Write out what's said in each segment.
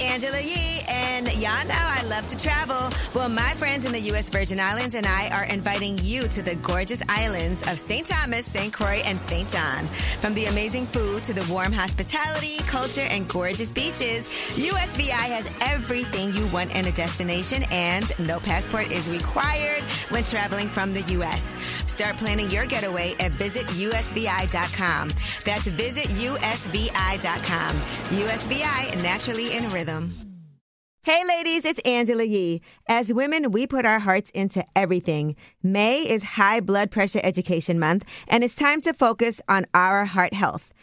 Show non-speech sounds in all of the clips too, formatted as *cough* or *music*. Angela Yee, and y'all know I love to travel. Well, my friends in the U.S. Virgin Islands and I are inviting you to the gorgeous islands of St. Thomas, St. Croix, and St. John. From the amazing food to the warm hospitality, culture, and gorgeous beaches, USVI has everything you want in a destination, and no passport is required when traveling from the U.S. Start planning your getaway at visitusvi.com. That's visitusvi.com. USVI, naturally in rhythm. Hey, ladies, it's Angela Yee. As women, we put our hearts into everything. May is High Blood Pressure Education Month, and it's time to focus on our heart health.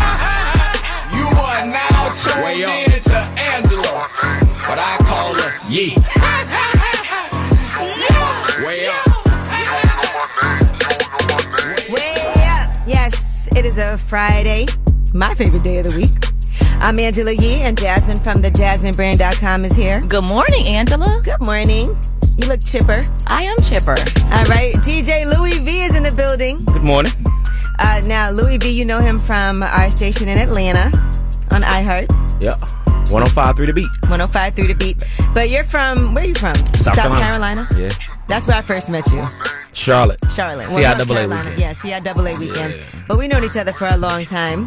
You are now turned into Angela, but I call her Yee. Way up. Way up. Yes, it is a Friday, my favorite day of the week. I'm Angela Yee, and Jasmine from the JasmineBrand.com is here. Good morning, Angela. Good morning. You look chipper. I am Chipper. All right, DJ Louis V is in the building. Good morning. Uh, now, Louis V, you know him from our station in Atlanta on iHeart Yeah. 1053 to beat. 105 through the beat. But you're from, where are you from? South, Carolina. Yeah. That's where I first met you, Charlotte. Charlotte. CIAA North Carolina. weekend. Yeah, CIAA weekend. But we've known each other for a long time.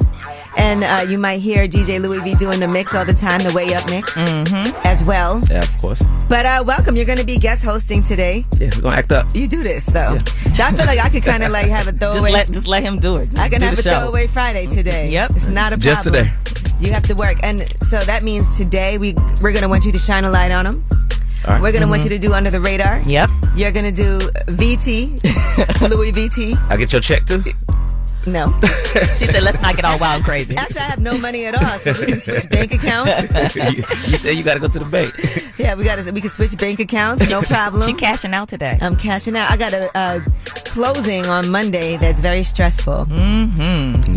And uh, you might hear DJ Louis V doing the mix all the time, the Way Up mix Mm-hmm. as well. Yeah, of course. But uh, welcome. You're going to be guest hosting today. Yeah, we're gonna act up. You do this, though. So I feel like I could kind of like have *laughs* a Just throwaway. let just let him do it. Just I can do have the a show. throwaway Friday today. Yep. It's not a problem. Just today. You have to work. And so that means today we, we're going to want you to shine a light on them. All right. Mm-hmm. We're going to Mm-hmm. want you to do Under the Radar. Yep. You're going to do *laughs* VT, Louis VT. I get your check *laughs* too. No. *laughs* She said, "Let's not get all wild crazy." Actually, I have no money at all, Oh, so we *laughs* can switch bank accounts. *laughs* you, you said you gotta go to the bank. Yeah, we got to. We can switch bank accounts, no problem. She cashing out today. I'm cashing out. I got a, a closing on Monday that's very stressful. Mm-hmm.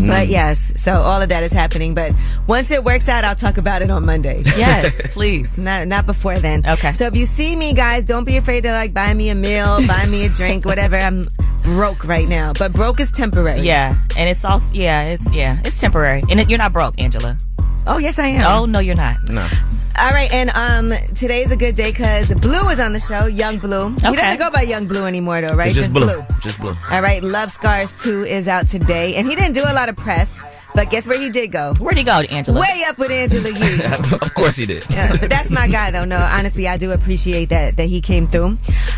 But yes, so all of that is happening. But once it works out, I'll talk about it on Monday. *laughs* yes, please. *laughs* Not, not before then. Okay. So if you see me, guys, don't be afraid to like buy me a meal, buy me a drink, whatever. I'm broke right now, but broke is temporary. Yeah, and it's all yeah, it's yeah, it's temporary, and it, you're not broke, Angela. Oh yes, I am. Oh no, you're not. No. All right, and um, today's a good day because Blue is on the show, Young Blue. He Okay. doesn't go by Young Blue anymore, though, right? It's just, blue. Just blue. All right, Love Scars 2 is out today, and he didn't do a lot of press, but guess where he did go? Where'd he go, Angela? Way up with Angela Yee. *laughs* of course he did. Yeah, but that's my guy, though. No, honestly, I do appreciate that that he came through.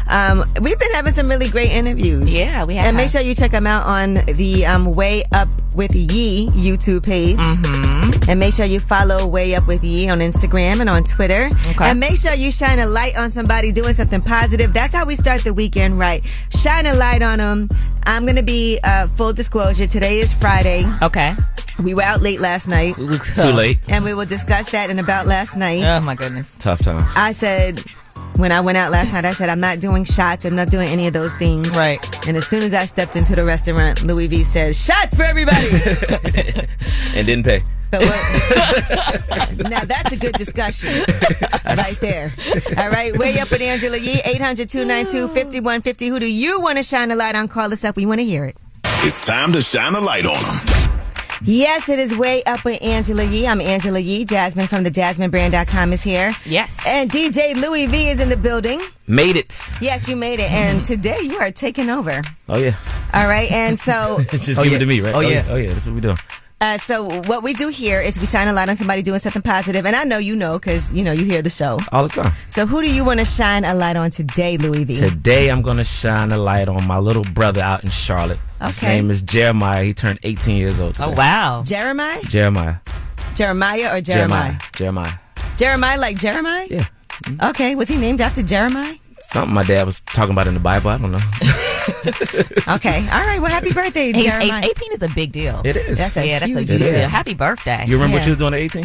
Um, we've been having some really great interviews. Yeah, we have. And make sure you check them out on the um, Way Up with Yee YouTube page, Mm-hmm. and make sure you follow Way Up with Yee on Instagram and on Twitter. Okay. And make sure you shine a light on somebody doing something positive. That's how we start the weekend right. Shine a light on them. I'm gonna be uh, full disclosure. Today is Friday. Okay. We were out late last night. Too late. And we will discuss that in about last night. Oh my goodness. Tough time. I said when I went out last night, I said I'm not doing shots. I'm not doing any of those things. Right. And as soon as I stepped into the restaurant, Louis V said, "Shots for everybody." *laughs* And didn't pay. but what, now that's a good discussion *laughs* right there. All right, way up with Angela Yee, 800-292-5150. Who do you want to shine a light on? Call us up. We want to hear it. It's time to shine a light on them. Yes, it is way up with Angela Yee. I'm Angela Yee. Jasmine from the JasmineBrand.com is here. Yes. And DJ Louis V is in the building. Made it. Yes, you made it. And today you are taking over. Oh yeah. All right. And so, Just Oh, give yeah. *laughs* it to me, right? Oh, yeah. Oh yeah. That's what we doing. Uh, so what we do here is we shine a light on somebody doing something positive, and I know you know because you know you hear the show. All the time. So who do you want to shine a light on today, Louis V? Today I'm gonna shine a light on my little brother out in Charlotte. His Okay. name is Jeremiah. He turned 18 years old. Oh today. wow. Jeremiah, Jeremiah. Jeremiah, or Jeremiah? Jeremiah. Jeremiah. Jeremiah, like Jeremiah. Yeah. Mm-hmm. Okay, was he named after Jeremiah? Something my dad was talking about in the Bible. I don't know. Okay, *laughs* all right. Well, happy birthday, He's eight, Jeremiah. 18 is a big deal. It is. That's a yeah, that's a huge huge deal. deal. Happy birthday. you remember Yeah. what you was doing at 18?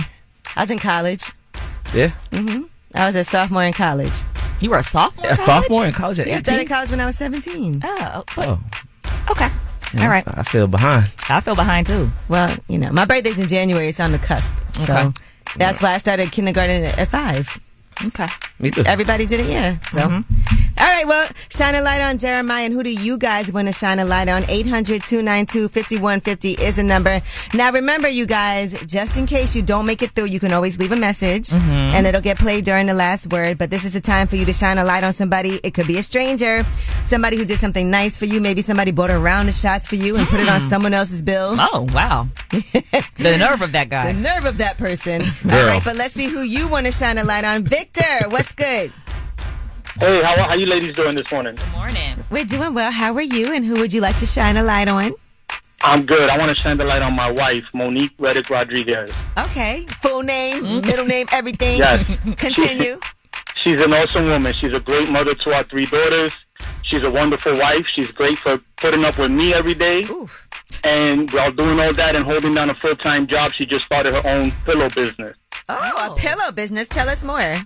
I was in college. Yeah. Mm-hmm. I was a sophomore in college. You were a sophomore. in A college? sophomore in college at I started 18. college when I was 17. Oh, but- Oh, okay. yeah, All right. I feel behind. I feel behind too. Well, you know, my birthday's in January. It's on the cusp. So Okay. that's why I started kindergarten at five. Okay. Mm-hmm. Me too. Everybody did it, yeah. So, All right, well, shine a light on Jeremiah. And who do you guys want to shine a light on? 800 292 5150 is the number. Now, remember, you guys, just in case you don't make it through, you can always leave a message Mm-hmm. and it'll get played during the last word. But this is the time for you to shine a light on somebody. It could be a stranger, somebody who did something nice for you. Maybe somebody bought a round of shots for you and put it on someone else's bill. Oh *laughs* wow. the nerve of that The guy. nerve of that person. All Girl. right, but let's see who you want to shine a light on. Victor, what's good? Hey, how how you ladies doing this morning? Good morning. We're doing well. How are you? And who would you like to shine a light on? I'm good. I want to shine the light on my wife, Monique Reddick Rodriguez. Okay. Full name, middle name, everything. Yes. Continue. She's an awesome woman. She's a great mother to our three daughters. She's a wonderful wife. She's great for putting up with me every day. Oof. And while doing all that and holding down a full time job, she just started her own pillow business. Oh, a pillow business. Tell us more.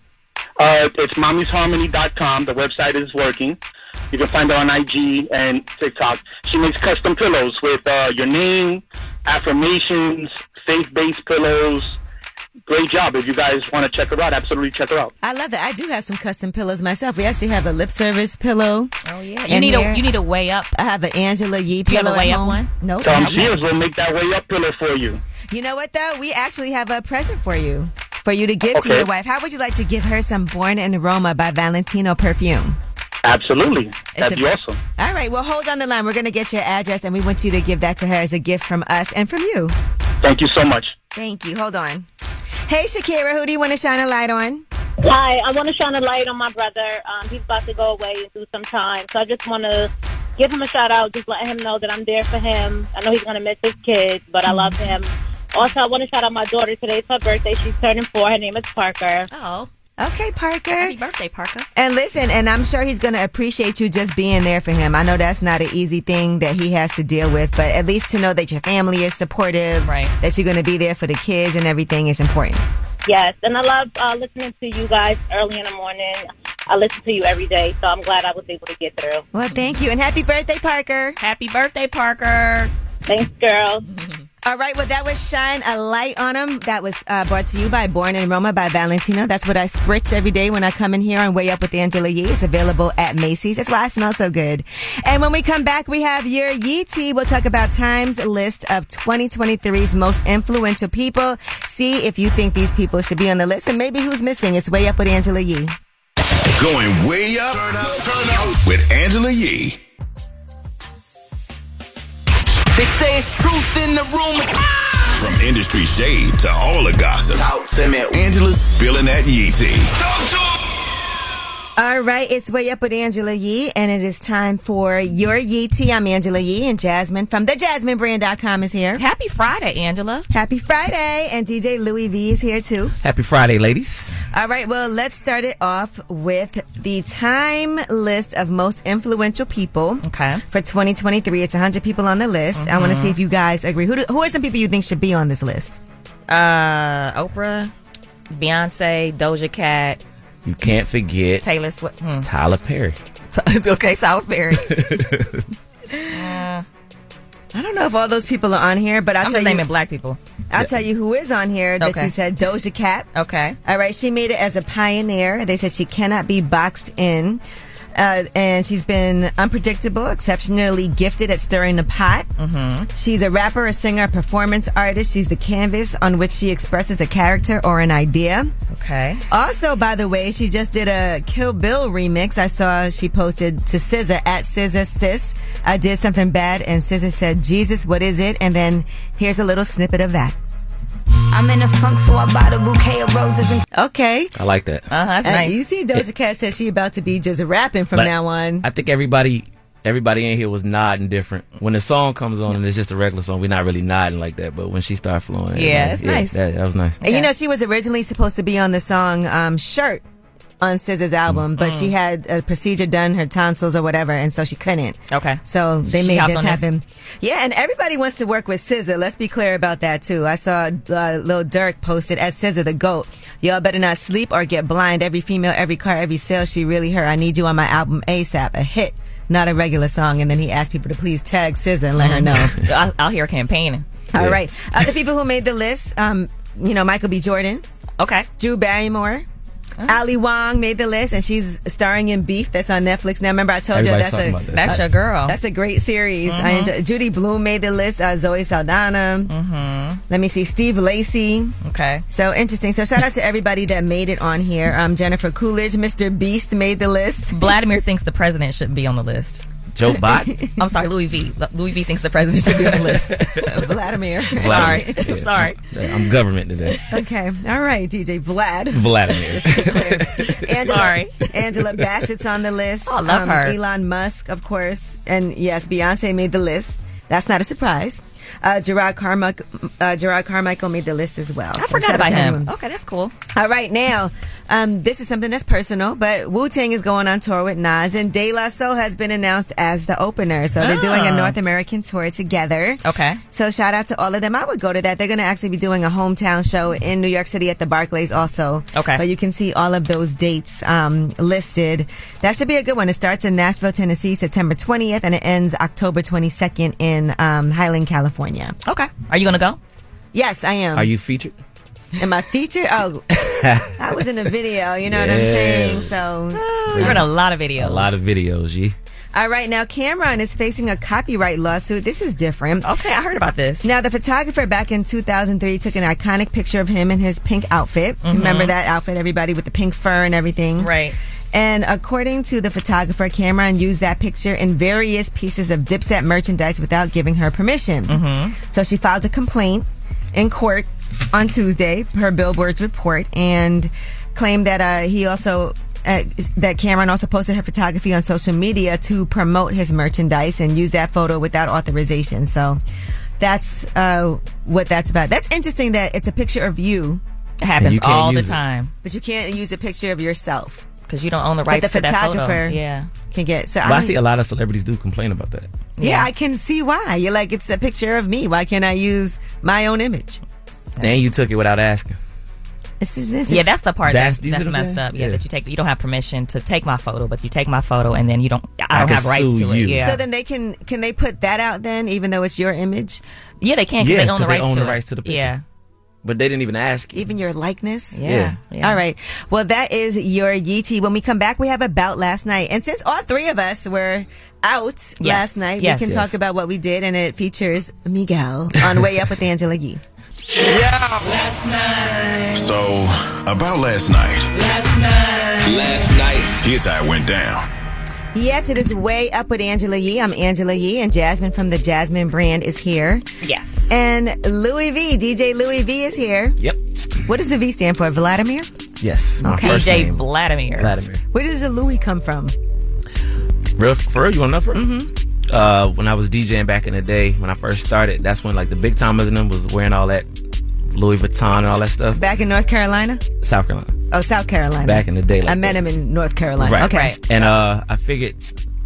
Uh, it's mommy'sharmony.com. The website is working. You can find her on IG and TikTok. She makes custom pillows with uh, your name, affirmations, faith based pillows. Great job. If you guys want to check her out, absolutely check her out. I love that. I do have some custom pillows myself. We actually have a lip service pillow. Oh yeah. You And need here- a you need a way up. I have an Angela Yee you pillow have a at way-up home. one? No. Tom not yet. Sears will make that way up pillow for you. You know what though? We actually have a present for you. For you to give to Okay. your wife. How would you like to give her some Born in Aroma by Valentino perfume? Absolutely. That'd a- be awesome. All right, well, hold on the line. We're going to get your address, and we want you to give that to her as a gift from us and from you. Thank you so much. Thank you. Hold on. Hey, Shakira, who do you want to shine a light on? Hi, I want to shine a light on my brother. Um, he's about to go away and do some time, so I just want to give him a shout out. Just let him know that I'm there for him. I know he's going to miss his kids, but I love him. Also, I want to shout out my daughter. Today's her birthday. She's turning four. Her name is Parker. Oh, Okay, Parker. happy birthday, Parker. And listen, and I'm sure he's going to appreciate you just being there for him. I know that's not an easy thing that he has to deal with, but at least to know that your family is supportive, Right. that you're going to be there for the kids and everything is important. Yes, and I love uh, listening to you guys early in the morning. I listen to you every day, so I'm glad I was able to get through. Well, thank you, and happy birthday, Parker. Happy birthday, Parker. Thanks, girls. All right, well, that was Shine a Light on Him. That was uh, brought to you by Born in Roma by Valentino. That's what I spritz every day when I come in here on Way Up with Angela Yee. It's available at Macy's. That's why I smell so good. And when we come back, we have your Yee Tea. We'll talk about Time's list of 2023's most influential people. See if you think these people should be on the list and maybe who's missing. It's Way Up with Angela Yee. Going way up, turn up, turn up with Angela Yee. They say it's truth in the room. From industry shade to all the gossip. Angela's spilling that Yee tea. All right, it's Way Up with Angela Yee, and it is time for your Yee Tea. I'm Angela Yee, and Jasmine from thejasminebrand.com is here. Happy Friday, Angela. Happy Friday, and DJ Louis V is here too. Happy Friday, ladies. All right, well, let's start it off with the time list of most influential people. Okay. Mm-hmm. For 2023, it's 100 people on the list. I want to see if you guys agree. Who, do, who are some people you think should be on this list? Uh, Oprah, Beyonce, Doja Cat, You can't forget Taylor Swift. Hmm. *laughs* Tyler Perry. okay, Tyler Perry. I don't know if all those people are on here, but I'll Uh, I'm tell just you. naming black people. I'll tell you who is on here that Okay. you said Doja Cat. Okay. All right, she made it as a pioneer. They said she cannot be boxed in. Uh, and she's been unpredictable, exceptionally gifted at stirring the pot. Mm-hmm. Mhm. She's a rapper, a singer, a performance artist. She's the canvas on which she expresses a character or an idea. Okay. Also, by the way, she just did a Kill Bill remix. I saw she posted to SZA at SZA Sis. I did something bad, and SZA said, "Jesus, what is it?" And then here's a little snippet of that. I'm in a funk, so I bought a bouquet of roses and. Okay. I like that. Uh-huh, and You see, E Doja Cat says she about to be just rapping from Like, now on. I think everybody everybody in here was nodding different. When the song comes on and it's just a regular song, we're not really nodding like that. But when she started flowing, Yeah, everybody- it's nice. That, that was nice. And you know, she was originally supposed to be on the song um, "Shirt" on SZA's album, Mm. but she had a procedure done, her tonsils or whatever, and so she couldn't. Okay. So they She made hopped this on this. happen. Yeah, and everybody wants to work with SZA. Let's be clear about that too. I saw uh, Lil Durk posted at SZA the goat. Y'all better not sleep or get blind. Every female, every car, every sale. She really her. I need you on my album ASAP. A hit, not a regular song. And then he asked people to please tag SZA and let Mm. *laughs* her know. I'll, I'll hear campaigning. All right. Other people who made the list, um, you know, Michael B. Jordan. Okay. Oh. Drew Barrymore. Ali Wong made the list, and she's starring in Beef. That's on Netflix now. Remember, I told Everybody's you talking that's about a that. That's your girl. That's a great series. I Mhm. enjoy, Judy Bloom made the list. Uh, Zoe Saldana. Mm-hmm. Let me see, Steve Lacey. Okay. So interesting. So shout out to everybody that made it on here. Um, Jennifer Coolidge, Mr. Beast made the list. Vladimir thinks the president shouldn't be on the list. Joe Bot. I'm sorry, Louis V. Louis V thinks the president should be on the list. *laughs* *laughs* *laughs* Vladimir. Sorry. *laughs* Yeah. Sorry. I'm government today. Okay. All right, DJ Vlad. *laughs* Vladimir. Angela, Sorry. Angela Bassett's on the list. Um, Oh, I love her. Elon Musk, of course. And yes, Beyonce made the list. That's not a surprise. Uh, Gerard, Carmichael, uh, Gerard Carmichael made the list as well. I Forgot about him. Okay, that's cool. All right, now, um, this is something that's personal, but Wu Tang is going on tour with Nas, and De La Soul has been announced as the opener. So they're doing a Ah. North American tour together. Okay. So shout out to all of them. I would go to that. They're going to actually be doing a hometown show in New York City at the Barclays also. Okay. But you can see all of those dates um, listed. That should be a good one. It starts in Nashville, Tennessee, September 20th, and it ends October 22nd in um, Highland, California. Okay. Are you gonna go? Yes, I am. Are you featured? Am I featured? *laughs* Oh, I was in a video. You know what I'm Yeah. saying? So We're in a lot of videos. A lot of videos, yeah. All right, now Cameron is facing a copyright lawsuit. This is different. Okay, I heard about this. Now, the photographer back in 2003 took an iconic picture of him in his pink outfit. Mhm. Remember that outfit, everybody, with the pink fur and everything? Right. And according to the photographer, Cameron used that picture in various pieces of Dipset merchandise without giving her permission. Mhm. So she filed a complaint in court on Tuesday per Billboard's report and claimed that uh, he also. Uh, that Cameron also posted her photography on social media to promote his merchandise and use that photo without authorization. So that's uh, what that's about. That's interesting that it's a picture of you. It happens all the time But you can't use a picture of yourself. because you don't own the But rights the to that photo. photographer- Yeah. Can get so But I I don't- see a lot of celebrities do complain about that. Yeah, I can see why. You're like, it's a picture of me. Why can't I use my own image? And you took it without asking. It's just interesting. Yeah, that's the part That's- that's, you see that's, what I'm messed saying? up. Yeah, Yeah. that you take you don't have permission to take my photo, but you take my photo and then you don't I I don't can have rights sue to it. you. Yeah. So then they can can they put that out then, even though it's your image? yeah, they can 'cause Yeah, they own the 'cause they rights own to the it. rights to the picture. Yeah. But they didn't even ask you. Even your likeness. Yeah. Yeah. All right. Well, that is your Yeetie. When we come back, we have about last night, and since all three of us were out last night, Yes. we can Yes. talk about what we did, and it features Miguel on Way Up with Angela Yee. Last night. So, about last night, Last night. Last night. here's how it went down. Yes, it is Way Up with Angela Yee. I'm Angela Yee, and Jasmine from the Jasmine brand is here. Yes. And Louis V, DJ Louis V is here. Yep. What does the V stand for? Vladimir? Yes. My Okay. first DJ name. Vladimir. Vladimir. Where does the Louis come from? Real for real, you want to know for? Mm-hmm. Uh, when I was DJing back in the day, when I first started, that's when like the big timers and them was wearing all that Louis Vuitton and all that stuff. Back in North Carolina? South Carolina. Oh, South Carolina. Back in the day, like I met him in North Carolina. Right. okay. And uh, I figured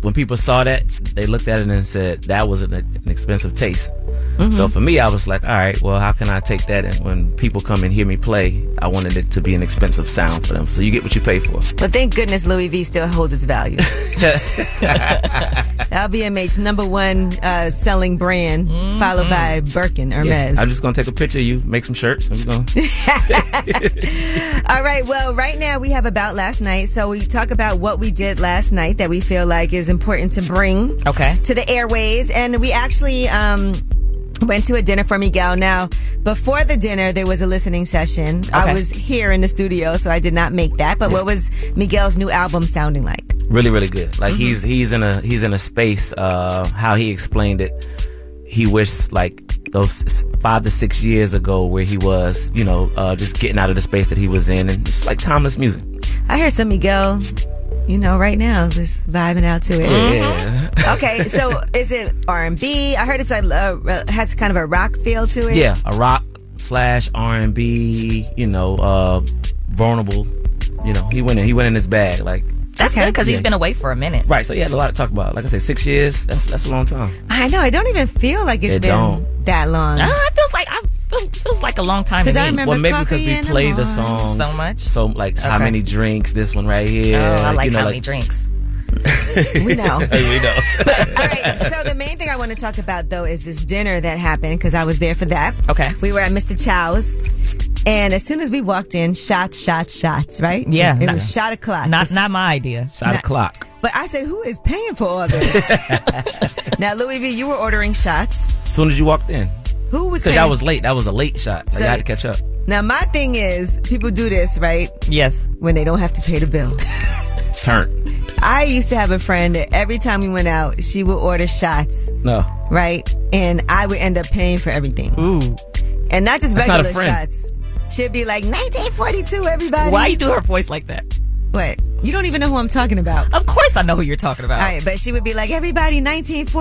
when people saw that, they looked at it and said that was an, an expensive taste. Mhm. So for me, I was like, all right, well, how can I take that? And when people come and hear me play, I wanted it to be an expensive sound for them. So you get what you pay for. *laughs* But thank goodness Louis V still holds its value. that LVMH number one uh, selling brand, Mm-hmm. followed by Birkin Hermes. I'm just gonna take a picture of you, make some shirts, and we're gonna All right. Well, right now we have about last night. So we talk about what we did last night that we feel like is important to bring Okay. to the airways. And we actually um, went to a dinner for Miguel. Now, before the dinner, there was a listening session. I Okay. was here in the studio, so I did not make that. But what was Miguel's new album sounding like? really really good Mm-hmm. like he's he's in a he's in a space uh how he explained it he wished like those s- five to six years ago where he was you know uh just getting out of the space that he was in and it's like timeless music I heard some Miguel, you know, right now, just vibing out to it. yeah okay, so is it R and B? I heard it's a uh, has kind of a rock feel to it. yeah a rock slash r&b you know uh vulnerable you know he went in he went in his bag like That's good because he's Yeah. been away for a minute. right so he had a lot to talk about like i said six years that's that's a long time I know. I don't even feel like it's It been don't. that long. Ah, it feels like I feel, feels like a long time. to 'Cause I me. remember well, maybe because we play the songs so much. so like how Okay. many drinks? This one right here. oh, I like you know, how many drinks. *laughs* We know. we know. so the main thing I want to talk about though is this dinner that happened because I was there for that. Okay. We were at Mr. Chow's. And as soon as we walked in, shots, shots, shots, right? Yeah, It not- was shot o'clock. Not It's- not my idea. Shot o'clock. But I said, who is paying for all this? *laughs* now, Louis V, you were ordering shots. As soon as you walked in, Who was because paying? that was late. That was a late shot. Like, So- I had to catch up. now, my thing is, people do this, right? Yes. When they don't have to pay the bill. Turn. I used to have a friend that every time we went out, she would order shots, No, right? And I would end up paying for everything. Ooh. And not just That's not a regular friend. shots. She'd be like, 1942, everybody. Why you do her voice like that? What? You don't even know who I'm talking about. Of course, I know who you're talking about. All right, but she would be like, everybody,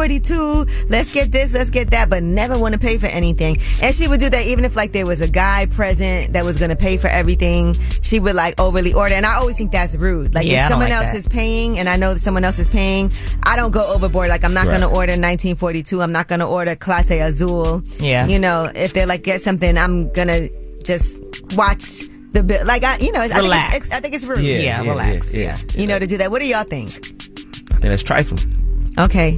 1942, let's get this, let's get that, but never want to pay for anything. And she would do that even if, like, there was a guy present that was going to pay for everything. She would, like, overly order. And I always think that's rude. Like, Yeah, I if don't someone like else that. is paying and I know that someone else is paying, I don't go overboard. Like, I'm not Right. going to order 1942. I'm not going to order Clase Azul. Yeah. You know, if they're like, get something, I'm going to just watch the bill. Like, I, you know, it's, Relax. I, think it's, it's, I think it's rude. Yeah, Yeah, yeah, relax. yeah, Yeah. You know, to do that. What do y'all think? I think that's trifling. *laughs* Okay.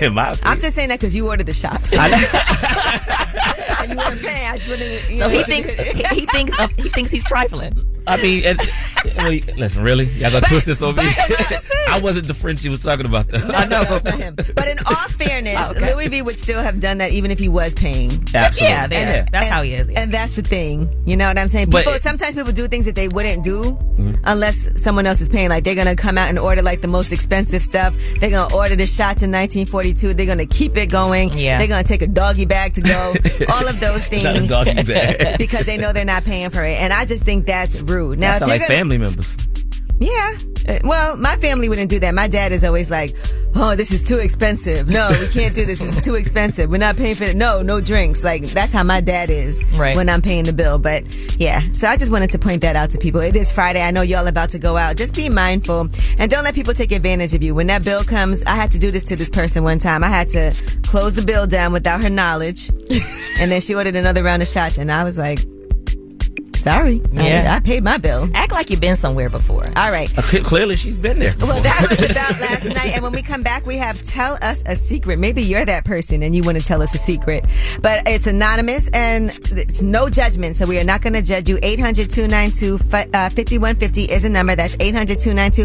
In my I'm opinion. just saying that because you ordered the shots. I know. and you weren't paying. I just wouldn't. So you know, he what you *laughs* thinks did. he, he thinks of, he thinks he's trifling. I mean, and, *laughs* well, you- listen, really? Y'all gonna twist this on me? but that's what I said. *laughs* I wasn't the friend she was talking about, though. I *laughs* know. That's not him. *laughs* But in all fairness, Oh, okay. Louis V would still have done that even if he was paying. Absolutely. Yeah, there. that's how he is. Yeah. And that's the thing. You know what I'm saying? But People it- Mm-hmm. sometimes people do things that they wouldn't do unless someone else is paying. Like they're gonna come out and order like the most expensive stuff. They're gonna order the shots in 1942. They're gonna keep it going. Yeah. They're gonna take a doggy bag to go. all of those things. *laughs* Not a doggy *laughs* bag. Because they know they're not paying for it, and I just think that's rude. Now, That's if not you're like gonna- family members. Yeah. Uh, Well, my family wouldn't do that. My dad is always like, "Oh, this is too expensive. No, we can't do this. This is too expensive. We're not paying for it. No, no drinks." Like that's how my dad is Right. when I'm paying the bill. But yeah, so I just wanted to point that out to people. It is Friday. I know y'all about to go out. Just be mindful and don't let people take advantage of you. When that bill comes, I had to do this to this person one time. I had to close the bill down without her *laughs* knowledge, and then she ordered another round of shots, and I was like, "Sorry, I- Yeah. I paid my bill." Act like you've been somewhere before. All right. Uh, cle- Clearly, she's been there. Well, that was about last night. And when we come back, we have Tell Us a Secret. Maybe you're that person and you want to tell us a secret. But it's anonymous and it's no judgment. So we are not going to judge you. 800 292 5150 uh, is a number. That's 800 292.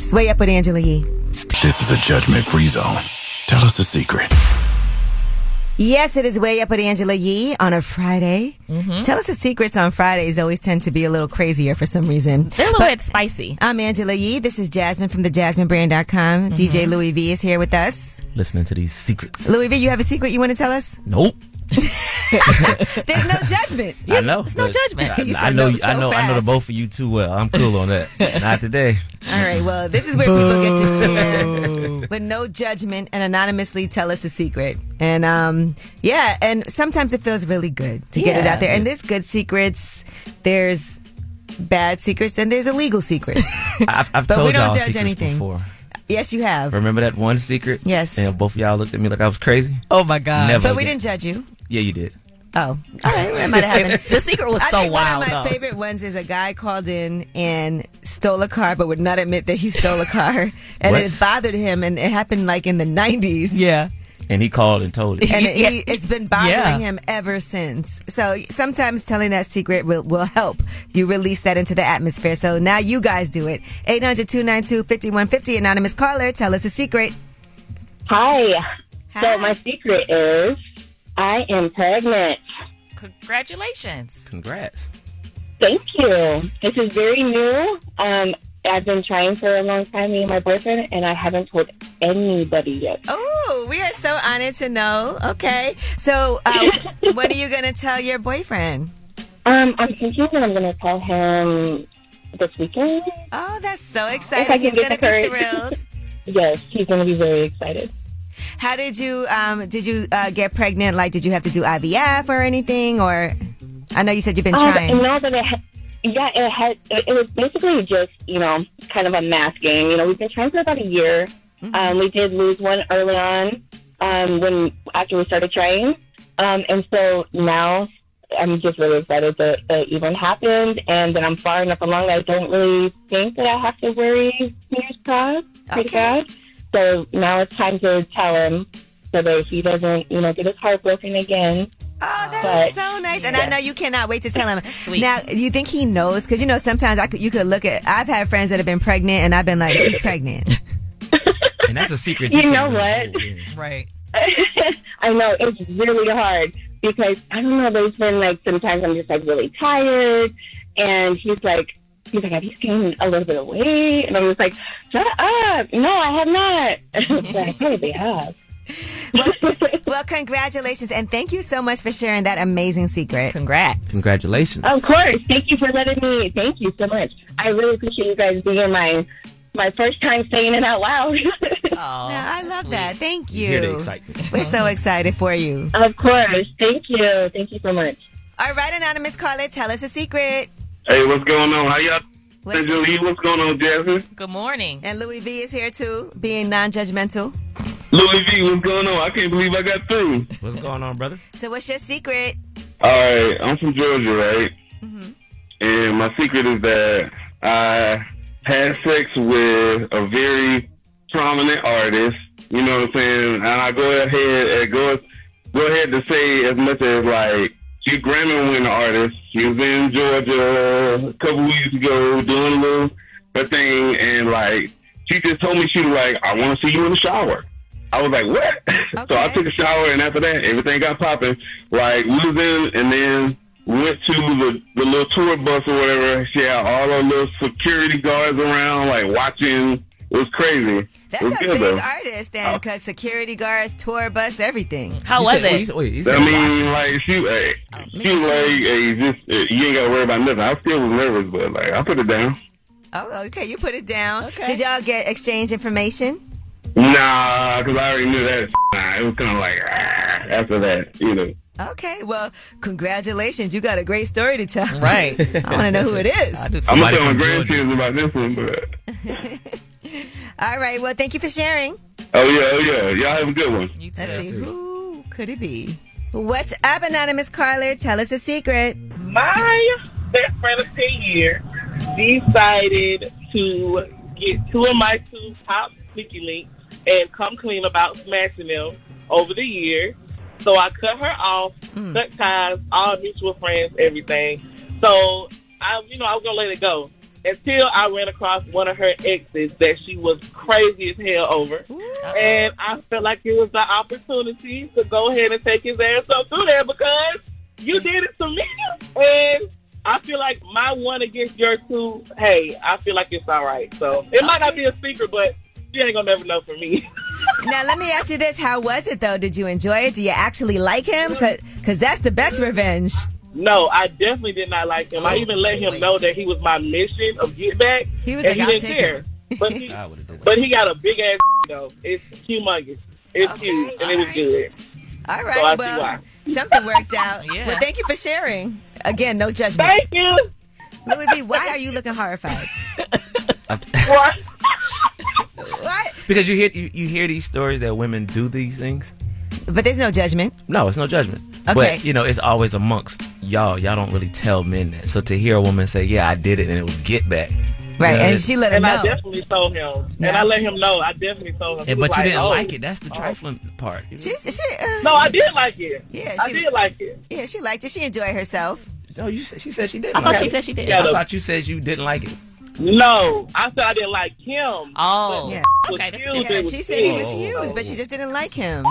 Sway up with Angela Yee. This is a judgment free zone. Tell us a secret. Yes, it is way up with Angela Yee on a Friday. Mm-hmm. Tell us the secrets on Fridays always tend to be a little crazier for some reason. They're a little bit spicy. Mm-hmm. I'm Angela Yee. This is Jasmine from the JasmineBrand.com. DJ Louis V is here with us. Listening to these secrets. Louis V, you have a secret you want to *laughs* tell us? *laughs* Nope. There's no judgment. I know. It's no judgment. *laughs* You I, I said know. no you- I so know. I know the fast. both of you too well. I'm cool on *laughs* that. Not today. All right. Well, this is where people get to share, but no judgment, and anonymously tell us a secret. And um, yeah, and sometimes it feels really good to get it Yeah. out there. And there's good secrets. There's bad secrets, and there's illegal *laughs* secrets. I've, I've But told we don't y'all judge secrets anything. before. yes, you have. Remember that one secret? Yes. And both of y'all looked at me like I was crazy. Oh my God! Never But we again. didn't judge you. Yeah, you did. Oh, all right, that might have happened. *laughs* The secret was I so think wild, One of my though. favorite ones is a guy called in and stole a car, but would not admit that he stole a car, *laughs* and What? it bothered him. And it happened like in the '90s. Yeah, And he called and told it. *laughs* and it, he, it's been bothering Yeah. him ever since. So sometimes telling that secret will, will help you release that into the atmosphere. So now you guys do it. 800 292 5150, anonymous caller, tell us a secret. Hi. So my secret is I am pregnant. Congratulations. Congrats. Thank you. This is very new. Um, I've been trying for a long time, me and my boyfriend, and I haven't told anybody yet. Oh, we are so honored to know. Okay. So *laughs* uh, what are you going to tell your boyfriend? Um, I'm thinking that I'm going to tell him this weekend. Oh, that's so If I exciting. can He's get the going to be courage. *laughs* thrilled. Yes, he's going to be very excited. How did you um did you uh, get pregnant? Like did you have to do IVF or anything or I know you said you've been Um, trying. and now that it ha- yeah, it had it, it was basically just you know kind of a math game. You know, we've been trying for about a year. Mm-hmm. Um, we did lose one early on um, when after we started trying, um, and so now I'm just really excited that that it even happened, and that I'm far enough along that I don't really think that I have to worry. Fingers crossed, pretty God. So now it's time to tell him so that he doesn't you know get his heart broken again. Oh, that But- is so nice, and I Yeah. know you cannot wait to tell *laughs* him. Now, you think he knows? Because you know, sometimes I could, you could look at. I've had friends that have been pregnant, and I've been like, *laughs* "She's pregnant." *laughs* And that's a secret. You can't know really what? hold in. Right. *laughs* I know it's really hard because I don't know. There's been like sometimes I'm just like really tired, and he's like, he's like, have you gained a little bit of weight? And I'm just like, shut up! No, I have not. *laughs* It's like, I *laughs* probably have. well, congratulations, and thank you so much for sharing that amazing secret. Congrats! Congratulations. Of course. Thank you for letting me. Thank you so much. I really appreciate you guys being my my first time saying it out loud. I love that. Thank you. You hear the excitement. Oh, We're so excited for you. of course. Thank you. Thank you so much. All right, anonymous caller, tell us a secret. Hey, what's going on? How y'all? What's- Angela Yee, what's going on, Jasmine? Good morning. And Louis V is here too, being non-judgmental. Louis V, what's going on? I can't believe I got through. What's going on, brother? So, what's your secret? All right, I'm from Georgia, right? And my secret is that I had sex with a very prominent artists. You know what I'm saying? And I go ahead and go go ahead to say as much as like she's Grammy winning artist. She was in Georgia a couple weeks ago doing a little her thing, and like she just told me she was like, "I want to see you in the shower." I was like, "What?" So I took a shower, and after that, everything got popping. Like we was in, and then went to the, the little tour bus or whatever. She had all her little security guards around, like watching. It was crazy. That's it was a good, big though. artist then, because security guards, tour bus, everything. How I mean, like she, like, Oh, she was like, hey, just uh, you ain't gotta worry about nothing. I still was nervous, but like I put it down. Oh, okay. You put it down. Did y'all get exchange information? Nah, because I already knew that. Nah, it was kind of like ah, after that, you know. Okay. Well, congratulations. You got a great story to tell. Right. *laughs* I want to know who it is. I'm gonna tell my grandkids about this one, but All right. Well, thank you for sharing. oh yeah, oh yeah, y'all have a good one. Let's see. Who could it be? What's up, anonymous caller? Tell us a secret. My best friend of 10 years decided to get two of my two top sneaky links and come clean about smashing them over the years. So I cut her off, cut ties, all mutual friends, everything. So I, you know, I was gonna let it go until I ran across one of her exes that she was crazy as hell over, and I felt like it was the opportunity to go ahead and take his ass up through there because you did it to me, and I feel like my one against your two. Hey, I feel like it's all right. So it might not be a secret, but you ain't gonna never know from me. *laughs* Now, let me ask you this. How was it, though? Did you enjoy it? Do you actually like him? Because that's the best revenge. No, I definitely did not like him. I Oh, even let him know that he was my mission of get back. He was and like, he "I'll didn't take care. But *laughs* he, but he got a big ass *laughs* though. It's humongous. It's huge, and it was good. All So I right. see well, why. something worked *laughs* out. Well, thank you for sharing. Again, no judgment. Thank you. Louis B, why are you looking horrified? what? what? Because you hear you, you hear these stories that women do these things. But there's no judgment. No, it's no judgment. Okay. But you know, it's always amongst y'all. Y'all don't really tell men that. So to hear a woman say, "Yeah, I did it," and it was get back. Right, You know, and it's- she let him and I know. definitely told him, and I let him know. I definitely told him. Yeah, He but was you didn't oh. like it. That's the trifling part. no, I did like it. uh, Yeah, I did like it. Yeah, she liked it. She enjoyed herself. No, Oh, you said she said she did. I thought like she it. said she did. I thought you said you didn't like it. No, I said I didn't like him. Oh. but Yeah. it was Oh. huge, Yeah, it was she said he huge. was huge, but she just didn't like him.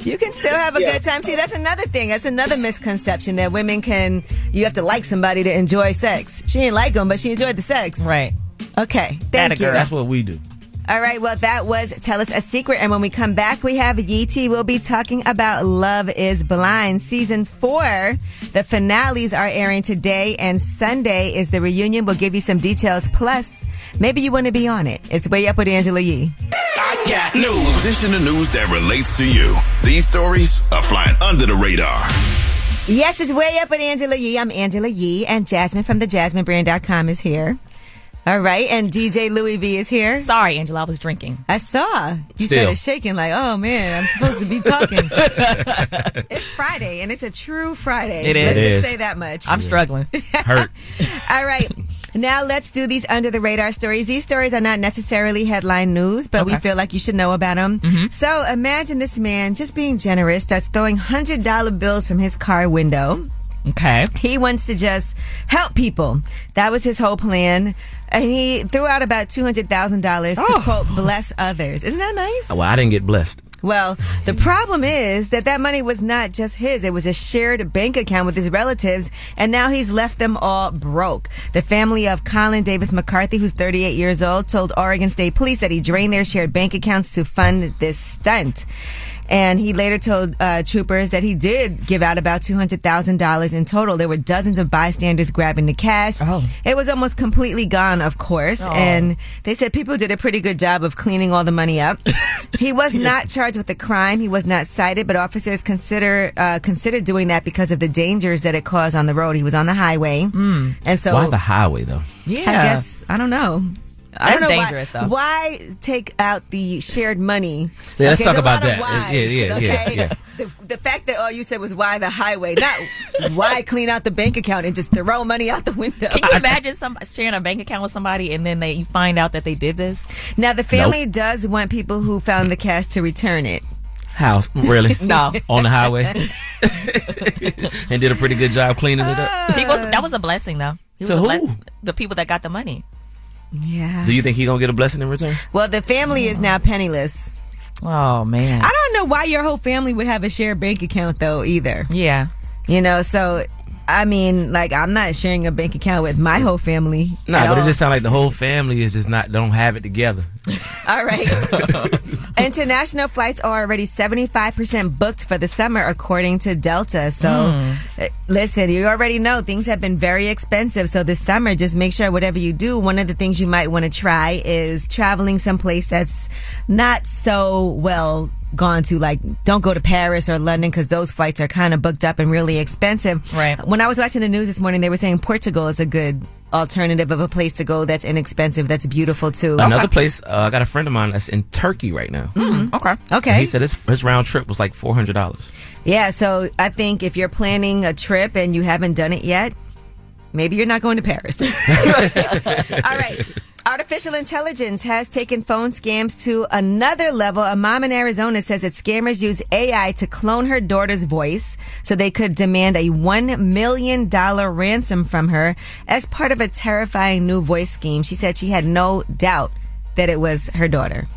You can still have a Oh. Yeah. good time. See, that's another thing. That's another misconception that women can. You have to like somebody to enjoy sex. She didn't like him, but she enjoyed the sex. Right. Okay. Thank you. That's what we do. All right. Well, that was Tell Us a Secret. And when we come back, we have Yee T. We'll be talking about Love is Blind season four. The finales are airing today and Sunday is the reunion. We'll give you some details. Plus, maybe you want to be on it. It's Way Up with Angela Yee. News. This in the news that relates to you. These stories are flying under the radar. Yes, it's Way Up with Angela Yee. I'm Angela Yee and Jasmine from the JasmineBrand.com is here. All right. And DJ Louis V is here. Sorry, Angela. I was drinking. I saw. You Still. started shaking like, oh man, I'm supposed to *laughs* be talking. it's Friday and it's a true Friday. It is. Let's It just is. say that much. I'm struggling. Hurt. All right. Now let's do these under the radar stories. These stories are not necessarily headline news, but we Okay. Mm-hmm. feel like you should know about them. So imagine this man just being generous, starts throwing hundred dollar bills from his car window. Okay. He wants to just help people. That was his whole plan. And he threw out about two hundred thousand dollars Oh. to quote bless others. Isn't that nice? Oh, Well, I didn't get blessed. Well, the problem is that that money was not just his. It was a shared bank account with his relatives, and now he's left them all broke. The family of Colin Davis McCarthy, who's 38 years old, told Oregon State Police that he drained their shared bank accounts to fund this stunt. And he later told uh, troopers that he did give out about $200,000 in total. There were dozens of bystanders grabbing the cash. It was almost completely gone, of course. Oh. And they said people did a pretty good job of cleaning all the *laughs* money up. he was not charged with the crime. He was not cited, but officers consider uh, considered doing that because of the dangers that it caused on the road. He was on the highway. And so Hmm. Why the highway though? I guess I don't know. I That's don't know why- dangerous, though. Why take out the shared money? Yeah, let's Okay, talk there's a about lot of that. Yeah, yeah, whys, yeah, okay? yeah. the, the fact that all you said was why the highway, not why clean out the bank account and just throw money *laughs* out the window. Can you imagine some sharing a bank account with somebody and then they you find out that they did this? Now the family does want people who found the cash to return it. House, *laughs* really? *laughs* *laughs* No. On the highway, and did a pretty good job cleaning it up. He was that was a blessing though. He To was a who? bless- the people that got the money. Yeah. Do you think he gonna get a blessing in return? *laughs* Well, the family is now penniless. Oh man. I don't know why your whole family would have a shared bank account though either. Yeah. You know, so I mean, like I'm not sharing a bank account with my whole family. Nah, at but it all. just sounds like the whole family is just not don't have it together. *laughs* All right. International flights are already 75% booked for the summer, according to Delta. So, Mm. uh, listen, you already know things have been very expensive. So, this summer, just make sure whatever you do, one of the things you might want to try is traveling someplace that's not so well gone to. Like, don't go to Paris or London because those flights are kind of booked up and really expensive. Right. When I was watching the news this morning, they were saying Portugal is a good alternative of a place to go that's inexpensive, that's beautiful too. *laughs* Another place, uh, I got a friend of mine that's in Turkey right now. okay. And Mm, Mm-hmm. Okay. he said his, his round trip was like four hundred dollars. Yeah, so I think if you're planning a trip and you haven't done it yet, maybe you're not going to Paris. *laughs* All right. Artificial intelligence has taken phone scams to another level. A mom in Arizona says that scammers use AI to clone her daughter's voice so they could demand a $1 million ransom from her as part of a terrifying new voice scheme. She said she had no doubt that it was her daughter.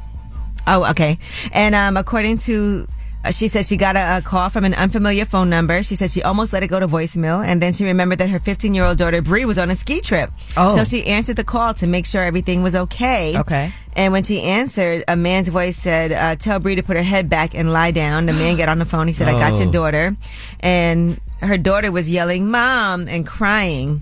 Oh, okay. And um, according to, uh, she said she got a, a call from an unfamiliar phone number. She said she almost let it go to voicemail, and then she remembered that her 15 year old daughter Bree was on a ski trip. Oh. so she answered the call to make sure everything was okay. Okay. And when she answered, a man's voice said, uh, "Tell Bree to put her head back and lie down." The man got on the phone. He said, "I got your Oh. daughter," and her daughter was yelling "mom" and crying.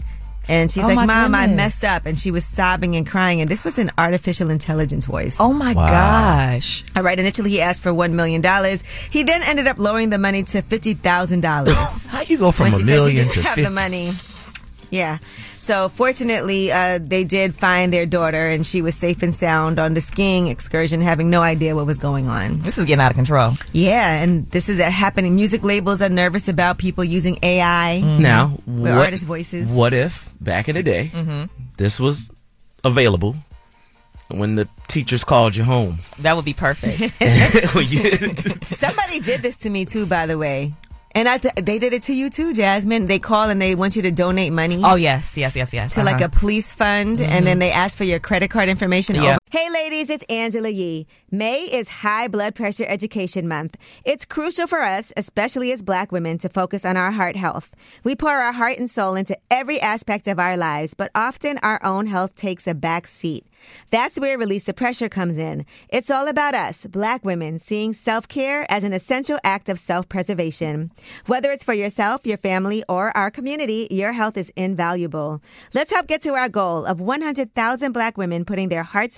And she's Oh my like, "Mom, I goodness. messed up," and she was sobbing and crying. And this was an artificial intelligence voice. Oh my Wow. gosh! All right. Initially, he asked for one million dollars. He then ended up lowering the money to fifty thousand *gasps* dollars. How you go from a million to have 50? the money? Yeah. So fortunately, uh, they did find their daughter, and she was safe and sound on the skiing excursion, having no idea what was going on. This is getting out of control. Yeah, and this is happening. Music labels are nervous about people using AI. Mm-hmm. Now, Mm-hmm. with what, artist voices. What if *laughs* back in the day Mhm. this was available when the teachers called you home? That would be *laughs* perfect. When you- *laughs* Somebody did this to me too, by the way. And I th- they did it to you too, Jasmine. They call and they want you to donate money. Oh yes, yes, yes, yes. to like Uh-huh. a police fund Mhm. and then they ask for your credit card information Yeah. over. Hey ladies, it's Angela Yee. May is High Blood Pressure Education Month. It's crucial for us, especially as black women, to focus on our heart health. We pour our heart and soul into every aspect of our lives, but often our own health takes a back seat. That's where Release the Pressure comes in. It's all about us, black women, seeing self care as an essential act of self preservation. Whether it's for yourself, your family, or our community, your health is invaluable. Let's help get to our goal of 100,000 black women putting their hearts